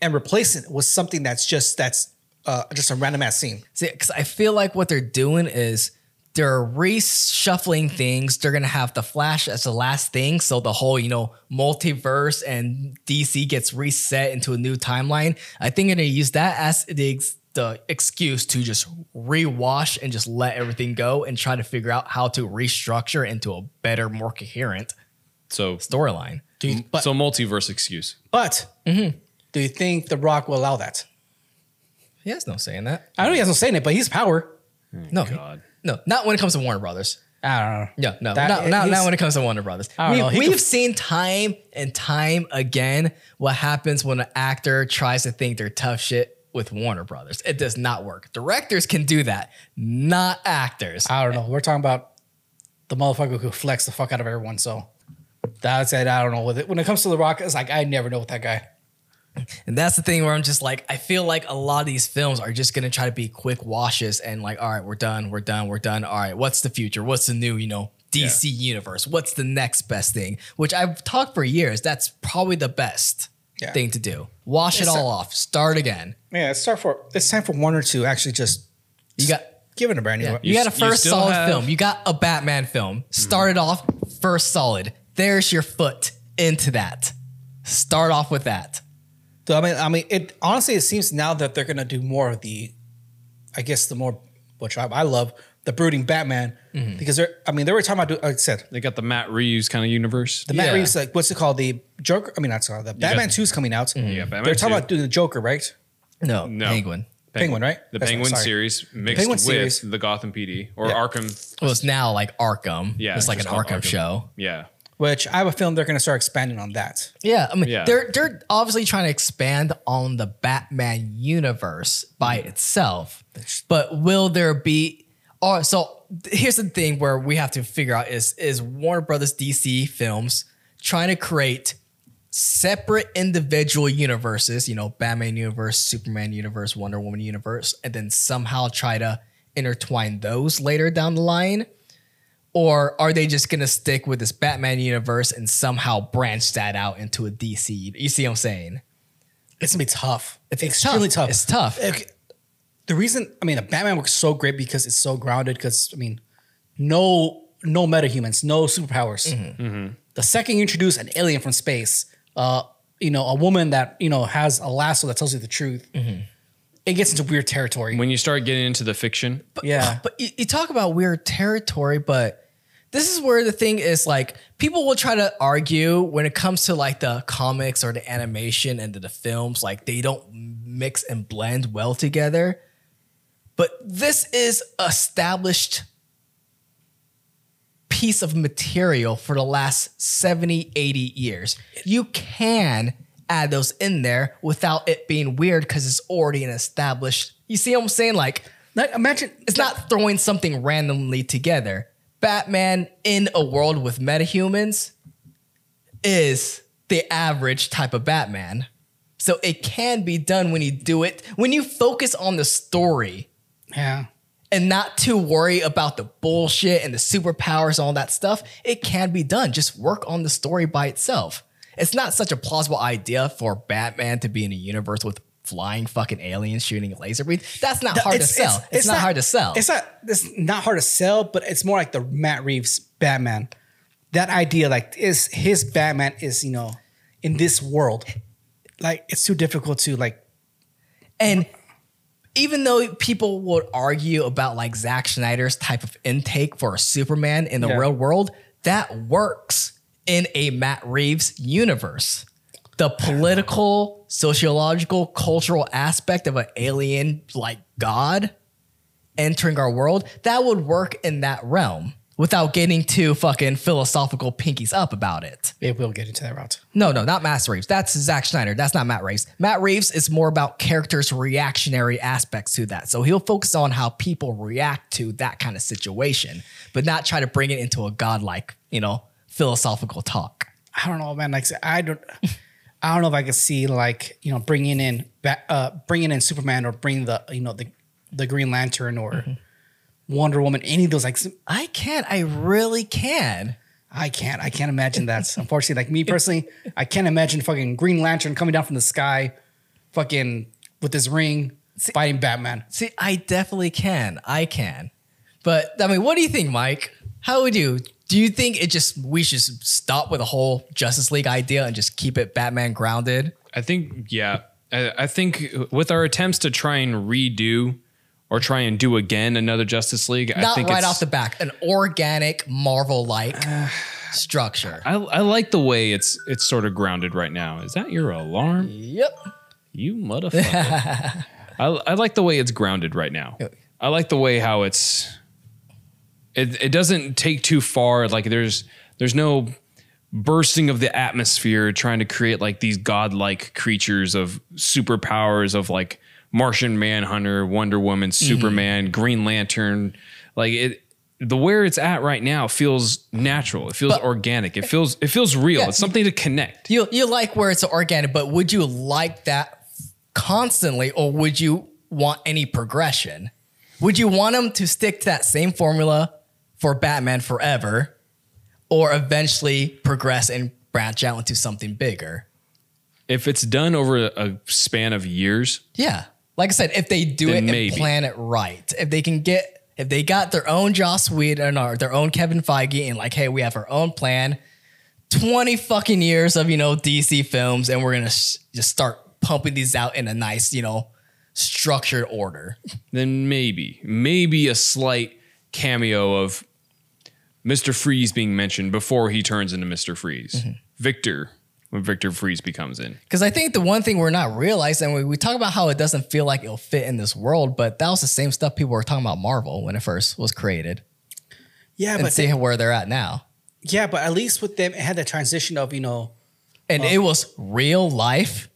A: and replacing it with something that's just that's uh, just a random ass scene.
B: because I feel like what they're doing is they're reshuffling things. They're gonna have the Flash as the last thing, so the whole you know multiverse and DC gets reset into a new timeline. I think they're gonna use that as the ex- the excuse to just rewash and just let everything go and try to figure out how to restructure into a better, more coherent
C: So
B: storyline.
A: Do you, but
C: so multiverse excuse.
A: but do you think The Rock will allow that?
B: He has no saying that.
A: I know he hasn't saying it, but he's power.
B: No, he-
C: God.
B: no, not when it comes to Warner Brothers.
A: I don't know.
B: No, no,
A: That-
B: not, not,
A: he's-
B: not when it comes to Warner Brothers.
A: don't know. He
B: We, have
A: could-
B: seen time and time again what happens when an actor tries to think they're tough shit with Warner Brothers. It does not work. Directors can do that, not actors.
A: I don't know. We're talking about the motherfucker who flexed the fuck out of everyone. So that's it. I don't know. With it. When it comes to The Rock, it's like I never know with that guy.
B: And that's the thing where I'm just like, I feel like a lot of these films are just gonna try to be quick washes and like, all right, we're done, we're done, we're done. All right, what's the future? What's the new, you know, DC universe? What's the next best thing? Which I've talked for years. That's probably the best
A: Yeah.
B: thing to do. Wash it
A: It's a-
B: all off, start again.
A: Yeah, it's time for it's time for one or two actually just
B: You got
A: give it a brand new.
B: you, got a
C: s- you
B: first
C: still
B: solid
C: have-
B: film. You got a Batman film. Started off first solid. There's your foot into that. Start off with that.
A: So, I mean, I mean, it honestly it seems now that they're gonna do more of the, I guess the more which I, I love the brooding Batman because they're I mean they were talking about do- like I said
C: They got the Matt Reeves kind of universe.
A: the Matt
B: Yeah.
A: Reeves like what's it called the Joker I mean not sorry the Batman
C: got-
A: two is coming out
C: got Mm-hmm. Batman
A: they're talking
C: 2.
A: about doing the Joker right
B: No,
C: No.
B: Penguin.
A: Penguin, right
C: The
A: That's right,
C: Penguin
A: sorry.
C: series mixed
A: Penguin
C: with
A: series.
C: the Gotham PD or Arkham.
B: Well, it's now like Arkham.
C: Yeah,
B: it's like
C: just
B: an
C: called
B: Arkham,
C: Arkham.
B: show.
C: Yeah.
A: which I have a feeling they're going to start expanding on that.
B: Yeah, I mean,
C: Yeah.
B: they're they're obviously trying to expand on the Batman universe by itself, but will there be? Oh, so th- here's the thing where we have to figure out is is Warner Brothers DC films trying to create separate individual universes? You know, Batman universe, Superman universe, Wonder Woman universe, and then somehow try to intertwine those later down the line or are they just gonna stick with this Batman universe and somehow branch that out into a DC? You see what I'm saying?
A: It's going to be tough. It's,
B: really
A: extremely tough.
B: It's tough.
A: Like, the reason I mean the Batman works so great because it's so grounded because I mean no no metahumans, no superpowers. The second you introduce an alien from space, uh, you know, a woman that, you know, has a lasso that tells you the truth, it gets into weird territory.
C: When you start getting into the fiction,
A: yeah.
B: <sighs> But you, you talk about weird territory, but this is where the thing is like people will try to argue when it comes to like the comics or the animation and the, the films, like they don't mix and blend well together. But this is established piece of material for the last 70, 80 years. You can add those in there without it being weird because it's already an established. You see what I'm saying? Like
A: Like, imagine
B: it's not throwing something randomly together. Batman in a world with metahumans is the average type of Batman. So it can be done when you do it, when you focus on the story
A: yeah.
B: and not to worry about the bullshit and the superpowers and all that stuff, it can be done. Just work on the story by itself. It's not such a plausible idea for Batman to be in a universe with flying fucking aliens shooting laser beams. That's not hard to sell. It's, not, hard to sell.
A: It's not it's not hard to sell, but it's more like the Matt Reeves Batman. That idea, like, is his Batman is you know in this world, like it's too difficult to like.
B: And even though people would argue about like Zack Snyder's type of intake for a Superman in the
A: Yeah.
B: real world, that works in a Matt Reeves universe. The political, sociological, cultural aspect of an alien like God entering our world, that would work in that realm without getting too fucking philosophical pinkies up about it.
A: Maybe we'll get into that route.
B: No, no, not Matt Reeves. That's Zack Schneider. That's not Matt Reeves. Matt Reeves is more about characters' reactionary aspects to that. So he'll focus on how people react to that kind of situation, but not try to bring it into a godlike, you know, philosophical talk.
A: I don't know, man. Like, I don't, I don't know if I could see like you know bringing in Ba- uh bringing in Superman or bring the you know the the Green Lantern or
B: Mm-hmm.
A: Wonder Woman. Any of those, like,
B: I can. I really can.
A: I can't. I can't imagine that. <laughs> Unfortunately, like me personally, I can't imagine fucking Green Lantern coming down from the sky, fucking with his ring, fighting Batman.
B: See, I definitely can. I can. But I mean, what do you think, Mike? How would you? Do you think it just we should stop with the whole Justice League idea and just keep it Batman grounded?
C: I think, yeah, I, I think with our attempts to try and redo or try and do again another Justice League, I
B: not
C: think
B: right
C: it's-
B: off the back, an organic Marvel
C: <sighs>
B: like structure.
C: I, I like the way it's it's sort of grounded right now. Is that your alarm?
B: yep.
C: You motherfucker. I, I like the way it's grounded right now. I like the way how it's it, it doesn't take too far. Like there's there's no bursting of the atmosphere trying to create like these godlike creatures of superpowers of like Martian Manhunter, Wonder Woman, Superman, Green Lantern. Like it the where it's at right now feels natural. It feels organic. It feels it feels real.
B: Yeah.
C: It's something to connect.
B: You you like where it's organic, but would you like that constantly, or would you want any progression? Would you want them to stick to that same formula for Batman forever, or eventually progress and branch out into something bigger?
C: If it's done over a span of years,
B: Yeah. Like I said, if they do
C: Then
B: it and
C: maybe.
B: plan it right, if they can get, if they got their own Joss Whedon or their own Kevin Feige and like, hey, we have our own plan, 20 fucking years of, you know, DC films, and we're going to sh- just start pumping these out in a nice, you know, structured
C: <laughs>
B: order.
C: then maybe, maybe a slight cameo of Mr. Freeze being mentioned before he turns into Mr. Freeze. Victor, when Victor Freeze becomes in.
B: Because I think the one thing we're not realizing, we, we talk about how it doesn't feel like it'll fit in this world, but that was the same stuff people were talking about Marvel when it first was created
A: Yeah,
B: and
A: but
B: see where they're at now.
A: yeah, but at least with them, it had the transition of you know,
B: And it was real life,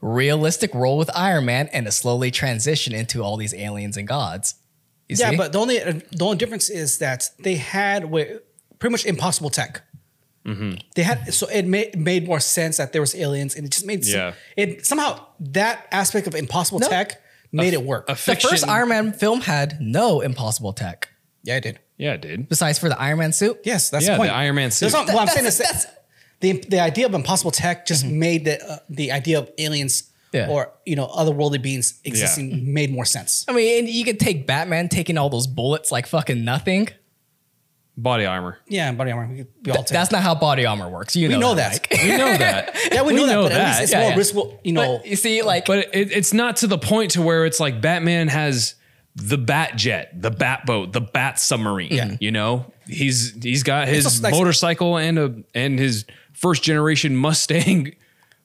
B: realistic role with Iron Man, and it slowly transitioned into all these aliens and gods. You
A: yeah.
B: see?
A: But the only the only difference is that they had with pretty much impossible tech.
C: Mm-hmm.
A: They had so it made made more sense that there was aliens, and it just made
C: Yeah.
A: yeah. it somehow that aspect of impossible
B: No.
A: tech made it work.
C: a
B: the first
C: fiction-
B: Iron Man film had no impossible tech,
A: yeah, it did.
C: Yeah, it did.
B: besides for the Iron Man suit.
A: Yes, that's
C: Yeah,
A: the point.
C: the Iron Man
A: That's
C: suit.
A: not- well, I'm
B: That-
A: saying is
B: that's-
A: that the the idea of impossible tech just made the uh, the idea of aliens
B: Yeah.
A: or you know otherworldly beings existing made more sense.
B: I mean, and you could take Batman taking all those bullets like fucking nothing.
C: Body armor.
A: Yeah, body armor. We, we all
B: Th-
A: take.
B: that's not how body armor works. You
A: We
B: know,
A: know
B: that.
A: that.
B: Mike.
C: We know <laughs> that.
A: yeah, we, know, that, but at least it's
B: yeah,
A: more
B: yeah.
A: riskable. You know,
B: But you see, like,
C: But it, it's not to the point to where it's like Batman has the bat jet, the bat boat, the bat submarine. You know, he's he's got his
A: also like-
C: motorcycle and a and his first generation Mustang.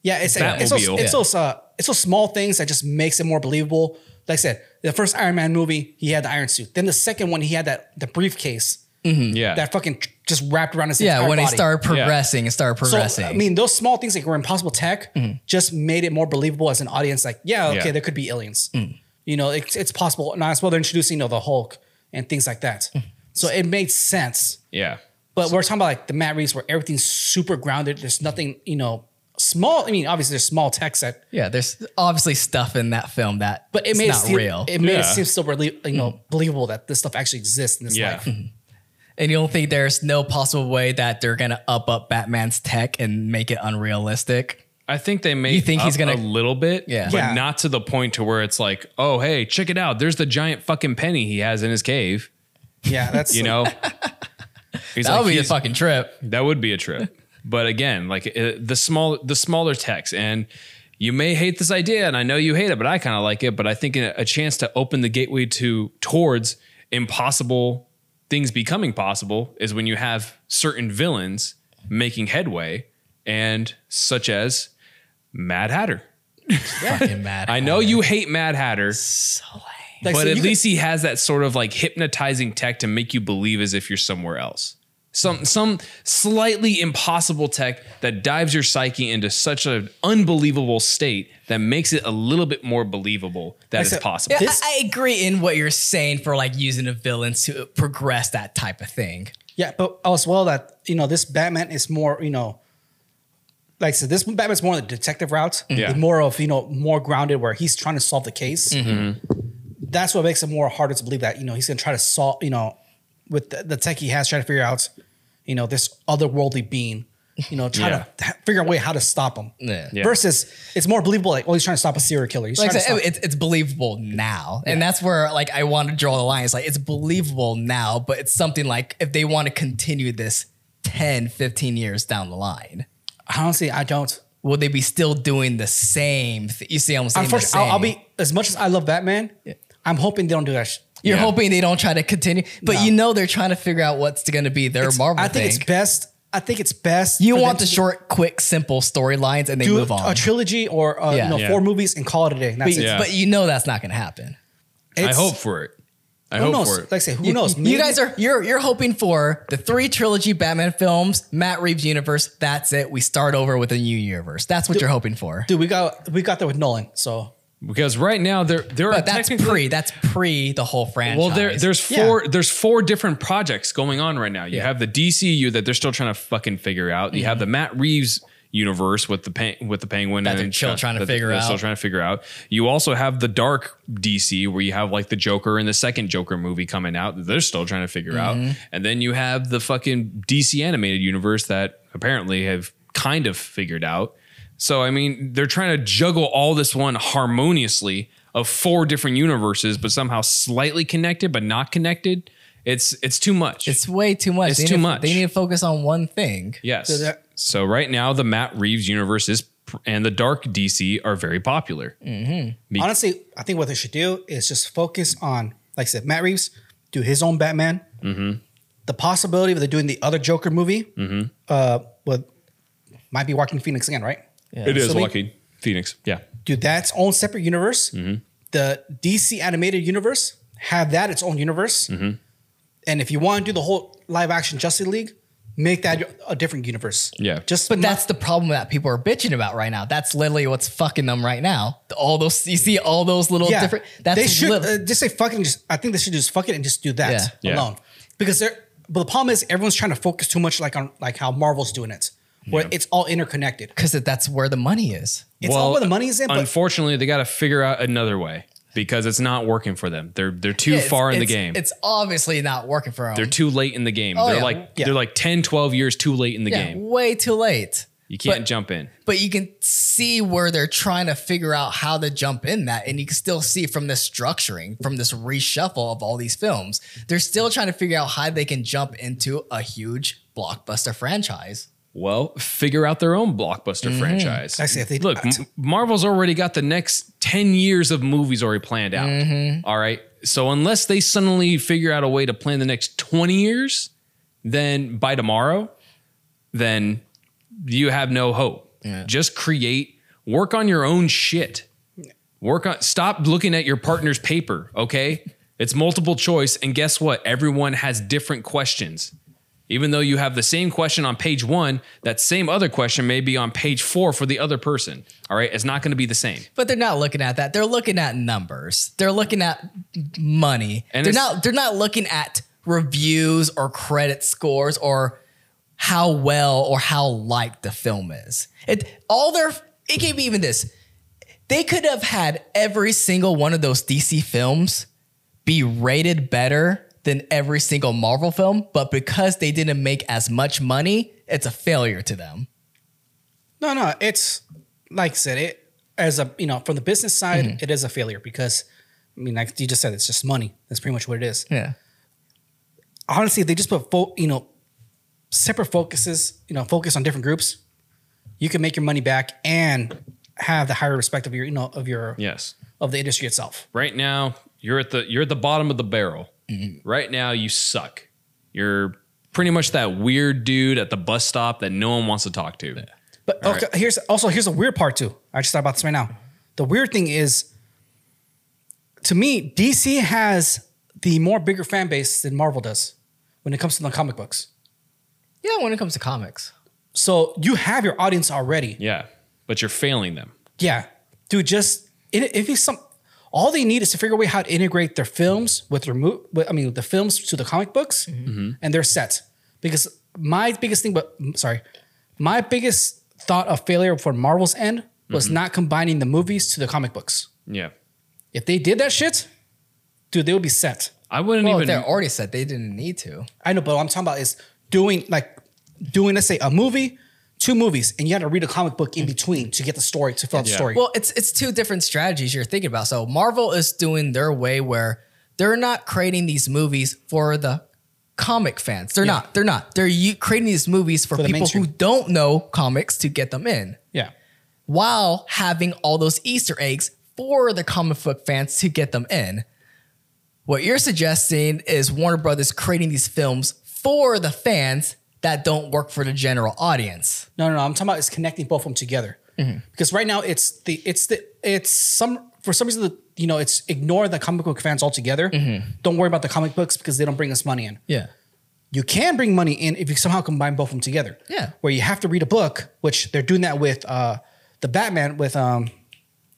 A: yeah, it's it's those,
C: Batmobile.
A: it's those uh, it's those small things that just makes it more believable. Like I said, the first Iron Man movie, he had the iron suit. Then the second one, he had that the briefcase
C: Yeah,
A: that fucking tr- just wrapped around his
B: yeah,
A: entire
B: when it
A: body.
B: started progressing, it started
A: So,
B: progressing.
A: I mean, those small things like were impossible tech just made it more believable as an audience. Like, yeah, okay,
C: Mm-hmm. Yeah. Mm.
A: there could be aliens. You know, it's, it's possible. And as well, they're introducing, you know, the Hulk and things like that.
C: Mm.
A: So it made sense.
C: yeah.
A: But we're talking about like the Matt Reeves where everything's super grounded. There's nothing, you know, small. I mean, obviously there's small tech that,
B: yeah, there's obviously stuff in that film that,
A: but it
B: it's
A: made
B: not
A: it seem,
B: real.
A: It made it
C: Yeah. Mm.
A: seem so belie- you know, believable that this stuff actually exists in this
C: Yeah.
A: life.
B: and you don't think there's no possible way that they're gonna up up Batman's tech and make it unrealistic.
C: I think they may
B: You think he's
C: up
B: gonna-
C: a little bit,
B: Yeah.
C: but
A: Yeah.
C: not to the point to where it's like, oh hey, check it out. There's the giant fucking penny he has in his cave.
A: Yeah, that's
C: <laughs> You
B: <laughs>
C: know, He's
B: That
C: like,
B: would be a
C: he's-
B: fucking trip.
C: <laughs> That would be a trip. But again, like uh, the small, the smaller text, and you may hate this idea, and I know you hate it, but I kind of like it. But I think a, a chance to open the gateway to towards impossible things becoming possible is when you have certain villains making headway, and such as Mad Hatter.
B: fucking mad.
C: I know you hate Mad Hatter,
B: So lame.
A: like,
C: but
A: so
C: at
A: you could-
C: least he has that sort of like hypnotizing tech to make you believe as if you're somewhere else. Some some slightly impossible tech that dives your psyche into such an unbelievable state that makes it a little bit more believable that it's
A: said-
C: possible.
B: Yeah,
A: This-
B: I, I agree in what you're saying for like using the villains to progress that type of thing.
A: Yeah, but as well that you know this Batman is more you know, like I said, this Batman's more on the detective route.
C: Mm-hmm. Yeah.
A: It's more of you know more grounded where he's trying to solve the case.
C: Mm-hmm.
A: That's what makes it more harder to believe that you know he's going to try to solve you know with the, the tech he has trying to figure out you know this otherworldly being. You know, try
C: Yeah.
A: to ha- figure a way how to stop him.
B: Yeah. Yeah.
A: Versus, it's more believable. Like, oh, he's trying to stop a serial killer. He's
B: like I
A: trying to
B: said,
A: stop-
B: it's, it's believable now, and that's where like I want to draw the line. It's like it's believable now, but it's something like if they want to continue this 10, 15 years down the line,
A: honestly, I don't.
B: will they be still doing the same? Th- you see, what I'm saying the
A: Unfortunately, I'll, I'll
B: same.
A: be as much as I love Batman. I'm hoping they don't do that. Sh-
B: You're
C: Yeah.
B: hoping they don't try to continue, but
A: No.
B: you know they're trying to figure out what's going to be their Marvel
A: I think
B: thing.
A: it's best. I think it's best.
B: you
A: for
B: want the
A: them to
B: short, quick, simple storylines, and they
A: do
B: move on.
A: a trilogy or uh,
B: Yeah.
A: you know
C: Yeah.
A: four movies and call it a day. And that's
B: but,
A: it.
C: Yeah.
B: but you know that's not going to happen.
C: I
A: It's-
C: hope for it. I
A: Who
C: hope
A: knows?
C: for
A: Like
C: it.
A: I say, who knows?
B: you guys are you're you're hoping for the three trilogy Batman films, Matt Reeves universe. That's it. We start over with a new universe. That's what you're hoping for.
A: dude. We got we got there with Nolan. So
C: because right now there there are
B: but that's
C: technically-
B: pre. That's pre the whole franchise.
C: Well, there, there's
A: Yeah.
C: four there's four different projects going on right now. You
B: Yeah. Mhm.
C: have the DCU that they're still trying to fucking figure out. You have the Matt Reeves universe with the pen, with the Penguin
B: they're
C: and
B: still trying to
C: that they're
B: figure
C: Still
B: out.
C: trying to figure out. You also have the Dark DC where you have like the Joker and the second Joker movie coming out. that They're still trying to figure
A: Mm-hmm.
C: out. And then you have the fucking DC animated universe that apparently have kind of figured out. So I mean, they're trying to juggle all this one harmoniously of four different universes, but somehow slightly connected but not connected. It's it's too much.
B: it's way too much.
C: It's
B: They need
C: too
B: to-
C: much.
B: They need to focus on one thing.
C: yes.
A: So that-
C: so right now, the Matt Reeves universe is pr- and the Dark DC are very popular.
A: Mm. honestly, I think what they should do is just focus on, like I said, Matt Reeves do his own Batman.
C: Mm-hmm.
A: The possibility of they doing the other Joker movie, uh, with might be Walking Phoenix again, right?
C: It is
A: So we-
C: Joaquin Phoenix. Yeah.
A: do that's own separate universe.
C: Mm-hmm.
A: The DC animated universe
C: Mm-hmm.
A: have that its own universe. And if you want to do the whole live action Justice League, make that your- a different universe.
C: Yeah.
A: Just
B: But that's the problem that people are bitching about right now. That's literally what's fucking them right now. All those you see all those little
A: yeah.
B: different. That's
A: they should
B: lit-
A: uh, just say fucking. Just I think they should just fuck it and just do that
C: Yeah. Yeah.
A: alone. Because they're but the problem is everyone's trying to focus too much like on like how Marvel's doing it, where
C: Yeah.
A: it's all interconnected.
B: because that's where the money is.
A: It's all where the money is in. But
C: unfortunately, they got to figure out another way because it's not working for them. They're they're too
B: It's-
C: far in the
B: it's-
C: game.
B: It's obviously not working for them.
C: they're too late in the game.
B: Oh,
C: they're
B: yeah.
C: like
A: Yeah.
C: they're like 10, 12 years too late in the
B: yeah,
C: game.
B: way too late.
C: You can't
B: But-
C: jump in.
B: but you can see where they're trying to figure out how to jump in that and you can still see from this structuring from this reshuffle of all these films they're still trying to figure out how they can jump into a huge blockbuster franchise
C: Well, figure out their own blockbuster franchise.
A: Actually, I think-
C: Look, M- Marvel's already got the next 10 years of movies already planned out. All right. So, unless they suddenly figure out a way to plan the next 20 years, then by tomorrow, then you have no hope. Just create, work on your own shit. Work on, stop looking at your partner's paper, okay? It's multiple choice. And guess what? Everyone has different questions. Even though you have the same question on page one, that same other question may be on page four for the other person. All right. It's not going to be the same.
B: but they're not looking at that they're looking at numbers they're looking at money
C: And
B: they're
C: it's-
B: not they're not looking at reviews or credit scores or how well or how liked the film is it all their it can be even this they could have had every single one of those DC films be rated better than every single Marvel film, but because they didn't make as much money, it's a failure to them.
A: No, no, it's like I said, it as a you know from the business side, it is a failure because I mean, like you just said, it's just money. That's pretty much what it is.
B: Yeah.
A: Honestly, if they just put fo- you know separate focuses, you know, focus on different groups. You can make your money back and have the higher respect of your you know of your
C: Yes.
A: of the industry itself.
C: right now you're at the you're at the bottom of the barrel. Right now you suck. You're pretty much that weird dude at the bus stop that no one wants to talk to.
A: But okay, here's also here's a weird part too. I just thought about this right now. The weird thing is, to me, DC has the more bigger fan base than Marvel does when it comes to the comic books.
B: Yeah, when it comes to comics.
A: So you have your audience already.
C: Yeah. But you're failing them.
A: Yeah. Dude, just it- if it's some all they need is to figure out a way how to integrate their films with their mo- with, I mean the films to the comic books and their sets. Because my biggest thing but mm, sorry, my biggest thought of failure for Marvel's end was not combining the movies to the comic books.
C: Yeah.
A: If they did that shit, dude, they would be set.
C: I wouldn't
B: Well,
C: even
B: they're already said they didn't need to.
A: I know, but what I'm talking about is doing like doing let's say a movie, two movies, and you had to read a comic book in between to get the story to fill out the
C: Yeah.
A: story.
B: Well, it's it's two different strategies you're thinking about. So Marvel is doing their way where they're not creating these movies for the comic fans. They're not. They're not. They're u- creating these movies for,
A: For the
B: people
A: mainstream.
B: who don't know comics to get them in,
A: yeah.
B: while having all those Easter eggs for the comic book fans to get them in. What you're suggesting is Warner Brothers creating these films for the fans that don't work for the general audience.
A: No, no, no. I'm talking about it's connecting both of them together. Because right now it's the it's the it's some for some reason the, you know it's ignore the comic book fans altogether. Don't worry about the comic books because they don't bring us money in.
B: Yeah.
A: You can bring money in if you somehow combine both of them together.
B: Yeah.
A: Where you have to read a book, which they're doing that with uh the Batman with um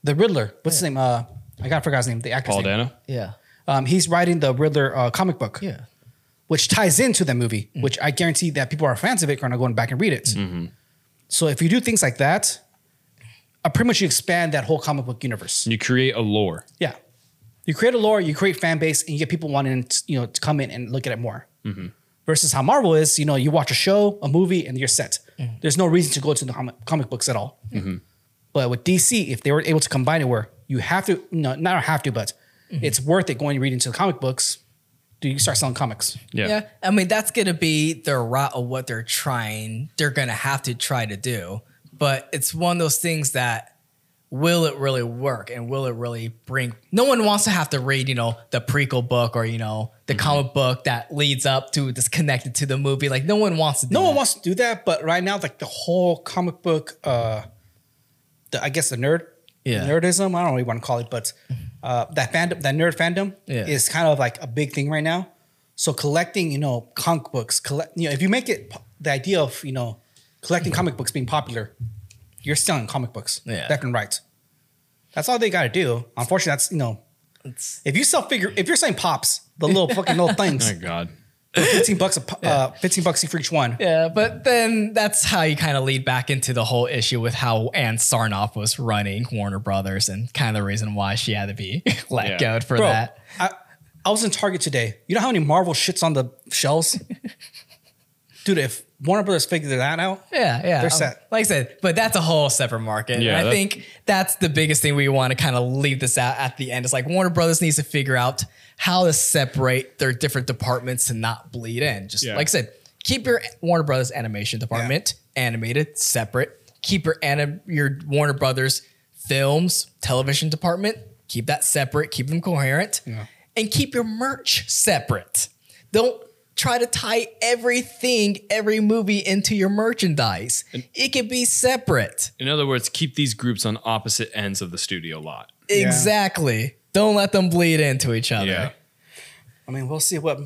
A: the Riddler. What's his name? Uh I got forgot his name. The actor's
C: Paul
A: name.
C: Dano.
B: Yeah.
A: Um, he's writing the Riddler uh, comic book.
B: Yeah.
A: Which ties into the movie, which I guarantee that people who are fans of it are going to go back and read it. So if you do things like that, uh, pretty much you expand that whole comic book universe.
C: You create a lore.
A: Yeah. You create a lore, you create fan base, and you get people wanting to, you know to come in and look at it more. Versus how Marvel is, you know, you watch a show, a movie, and you're set. There's no reason to go to the comic, comic books at all. But with DC, if they were able to combine it, where you have to, no, not have to, but it's worth it going and reading into the comic books. Do you start selling comics?
C: Yeah.
B: Yeah. I mean, that's going to be their route of what they're trying, they're going to have to try to do. But it's one of those things that will it really work and will it really bring no one wants to have to read you know the prequel book or you know the
A: Mm-hmm.
B: comic book that leads up to that's connected to the movie like no one wants to do
A: No one
B: that.
A: wants to do that, but right now, like the whole comic book, uh, the, I guess the nerd,
B: Yeah.
A: nerdism. I don't know what you want to call it, but uh, that fandom, that nerd fandom,
B: Yeah.
A: is kind of like a big thing right now. So collecting, you know, comic books, collect, you know, if you make it p- the idea of you know collecting comic books being popular, you're selling comic books
B: Yeah.
A: left and right. That's all they got to do. Unfortunately, that's you know,
B: It's-
A: if you sell figure, if you're selling pops, the little fucking
B: <laughs>
A: little things,
C: My God.
A: fifteen bucks a po- uh, fifteen bucks for each one.
B: Yeah, but then that's how you kind of lead back into the whole issue with how Ann Sarnoff was running Warner Brothers and kind of the reason why she had to be <laughs> let
C: Yeah.
B: go for
A: Bro,
B: that.
A: I, I was in Target today. You know how many Marvel shits on the shelves, dude? If Warner Brothers figured that out,
B: Yeah, yeah.
A: They're set.
B: Like I said, but that's a whole separate market.
C: Yeah,
B: and I
C: that-
B: think that's the biggest thing we want to kind of leave this out at the end. It's like Warner Brothers needs to figure out how to separate their different departments to not bleed in. Just
C: Yeah.
B: like I said, keep your Warner Brothers animation department animated separate. Keep your anim- your Warner Brothers films television department keep that separate. Keep them coherent, and keep your merch separate. Don't try to tie everything, every movie into your merchandise. it can be separate.
C: In other words, keep these groups on opposite ends of the studio lot.
B: Exactly. Don't let them bleed into each other.
C: Yeah.
A: I mean, we'll see what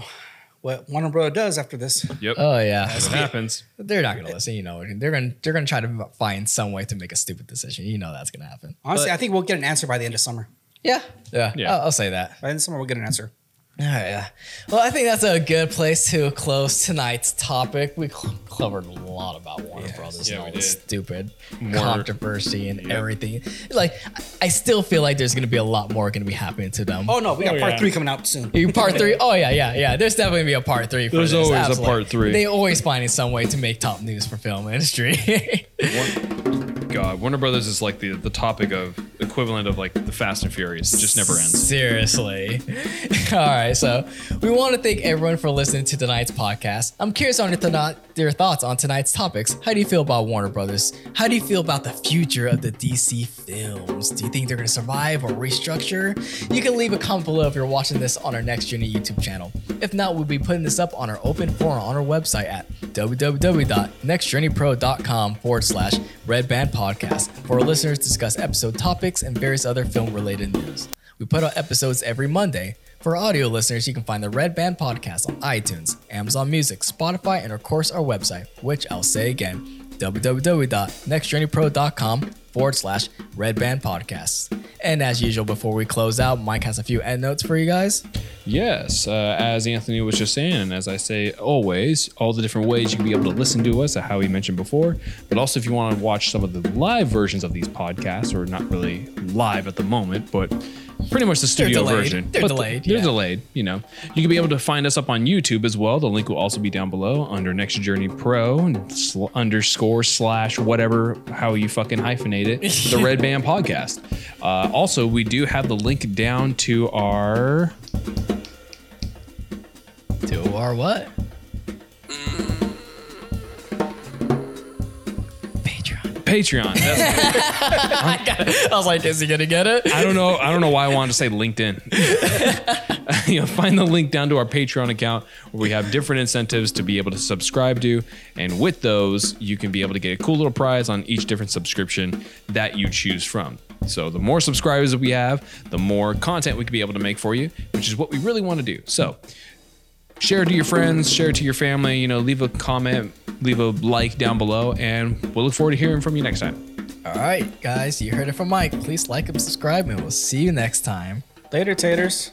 A: what Warner Brother does after this.
C: Yep.
B: Oh yeah.
C: That's what happens.
B: They're not gonna listen. You know, they're gonna they're gonna try to find some way to make a stupid decision. You know that's gonna happen.
A: Honestly, I think we'll get an answer by the end of summer.
B: Yeah. Yeah.
C: Yeah.
B: I'll, I'll say that.
A: By the end of summer, we'll get an answer.
B: All right, yeah. Well, I think that's a good place to close tonight's topic. We cl- covered a lot about Warner Brothers
C: Yeah,
B: and all
C: we
B: the
C: did.
B: stupid controversy and everything. Like, I I still feel like there's going to be a lot more going to be happening to them.
A: Oh no, we got
C: Oh,
A: part
C: yeah.
A: three coming out soon.
B: You- Part three? Oh, yeah, yeah, yeah. There's definitely going to be a part three. For
C: There's
B: this,
C: always a
B: absolutely.
C: part three.
B: They always finding some way to make top news for film industry.
C: God, Warner Brothers is like the, the topic of equivalent of like the Fast and Furious. It just never ends.
B: <laughs> Seriously. <laughs> All right. So we want to thank everyone for listening to tonight's podcast. I'm curious on your, thon- your thoughts on tonight's topics. How do you feel about Warner Brothers? How do you feel about the future of the DC films? Do you think they're going to survive or restructure? You can leave a comment below if you're watching this on our Next Journey YouTube channel. If not, we'll be putting this up on our open forum on our website at www.nextjourneypro.com forward slash red band podcast for our listeners to discuss episode topics and various other film related news. We put out episodes every Monday. For audio listeners, you can find the Red Band Podcast on iTunes, Amazon Music, Spotify, and of course our website, which I'll say again, www.nextjourneypro.com forward slash Red Band Podcasts. And as usual, before we close out, Mike has a few end notes for you guys.
C: Yes, uh, as Anthony was just saying, and as I say always, all the different ways you can be able to listen to us, uh, how he mentioned before, but also if you want to watch some of the live versions of these podcasts, or not really live at the moment, but pretty much the studio
B: delayed.
C: version.
B: They're
C: But th-
B: delayed,
C: They're
B: yeah.
C: delayed. You know, you can be able to find us up on YouTube as well. The link will also be down below under Next Journey Pro and sl- underscore slash whatever how you fucking hyphenate it. the
B: <laughs>
C: Red Band Podcast. Uh, also, we do have the link down to our.
B: To our what? Patreon.
C: Patreon. That's-
B: I was like, is he gonna get it?
C: I don't know. I don't know why I wanted to say LinkedIn. <laughs> you know, find the link down to our Patreon account where we have different incentives to be able to subscribe to, and with those, you can be able to get a cool little prize on each different subscription that you choose from. So the more subscribers that we have, the more content we can be able to make for you, which is what we really want to do. So share it to your friends, share it to your family. You know, leave a comment, leave a like down below, and we'll look forward to hearing from you next time.
B: All right, guys, you heard it from Mike. Please like and subscribe, and we'll see you next time.
A: Later, taters.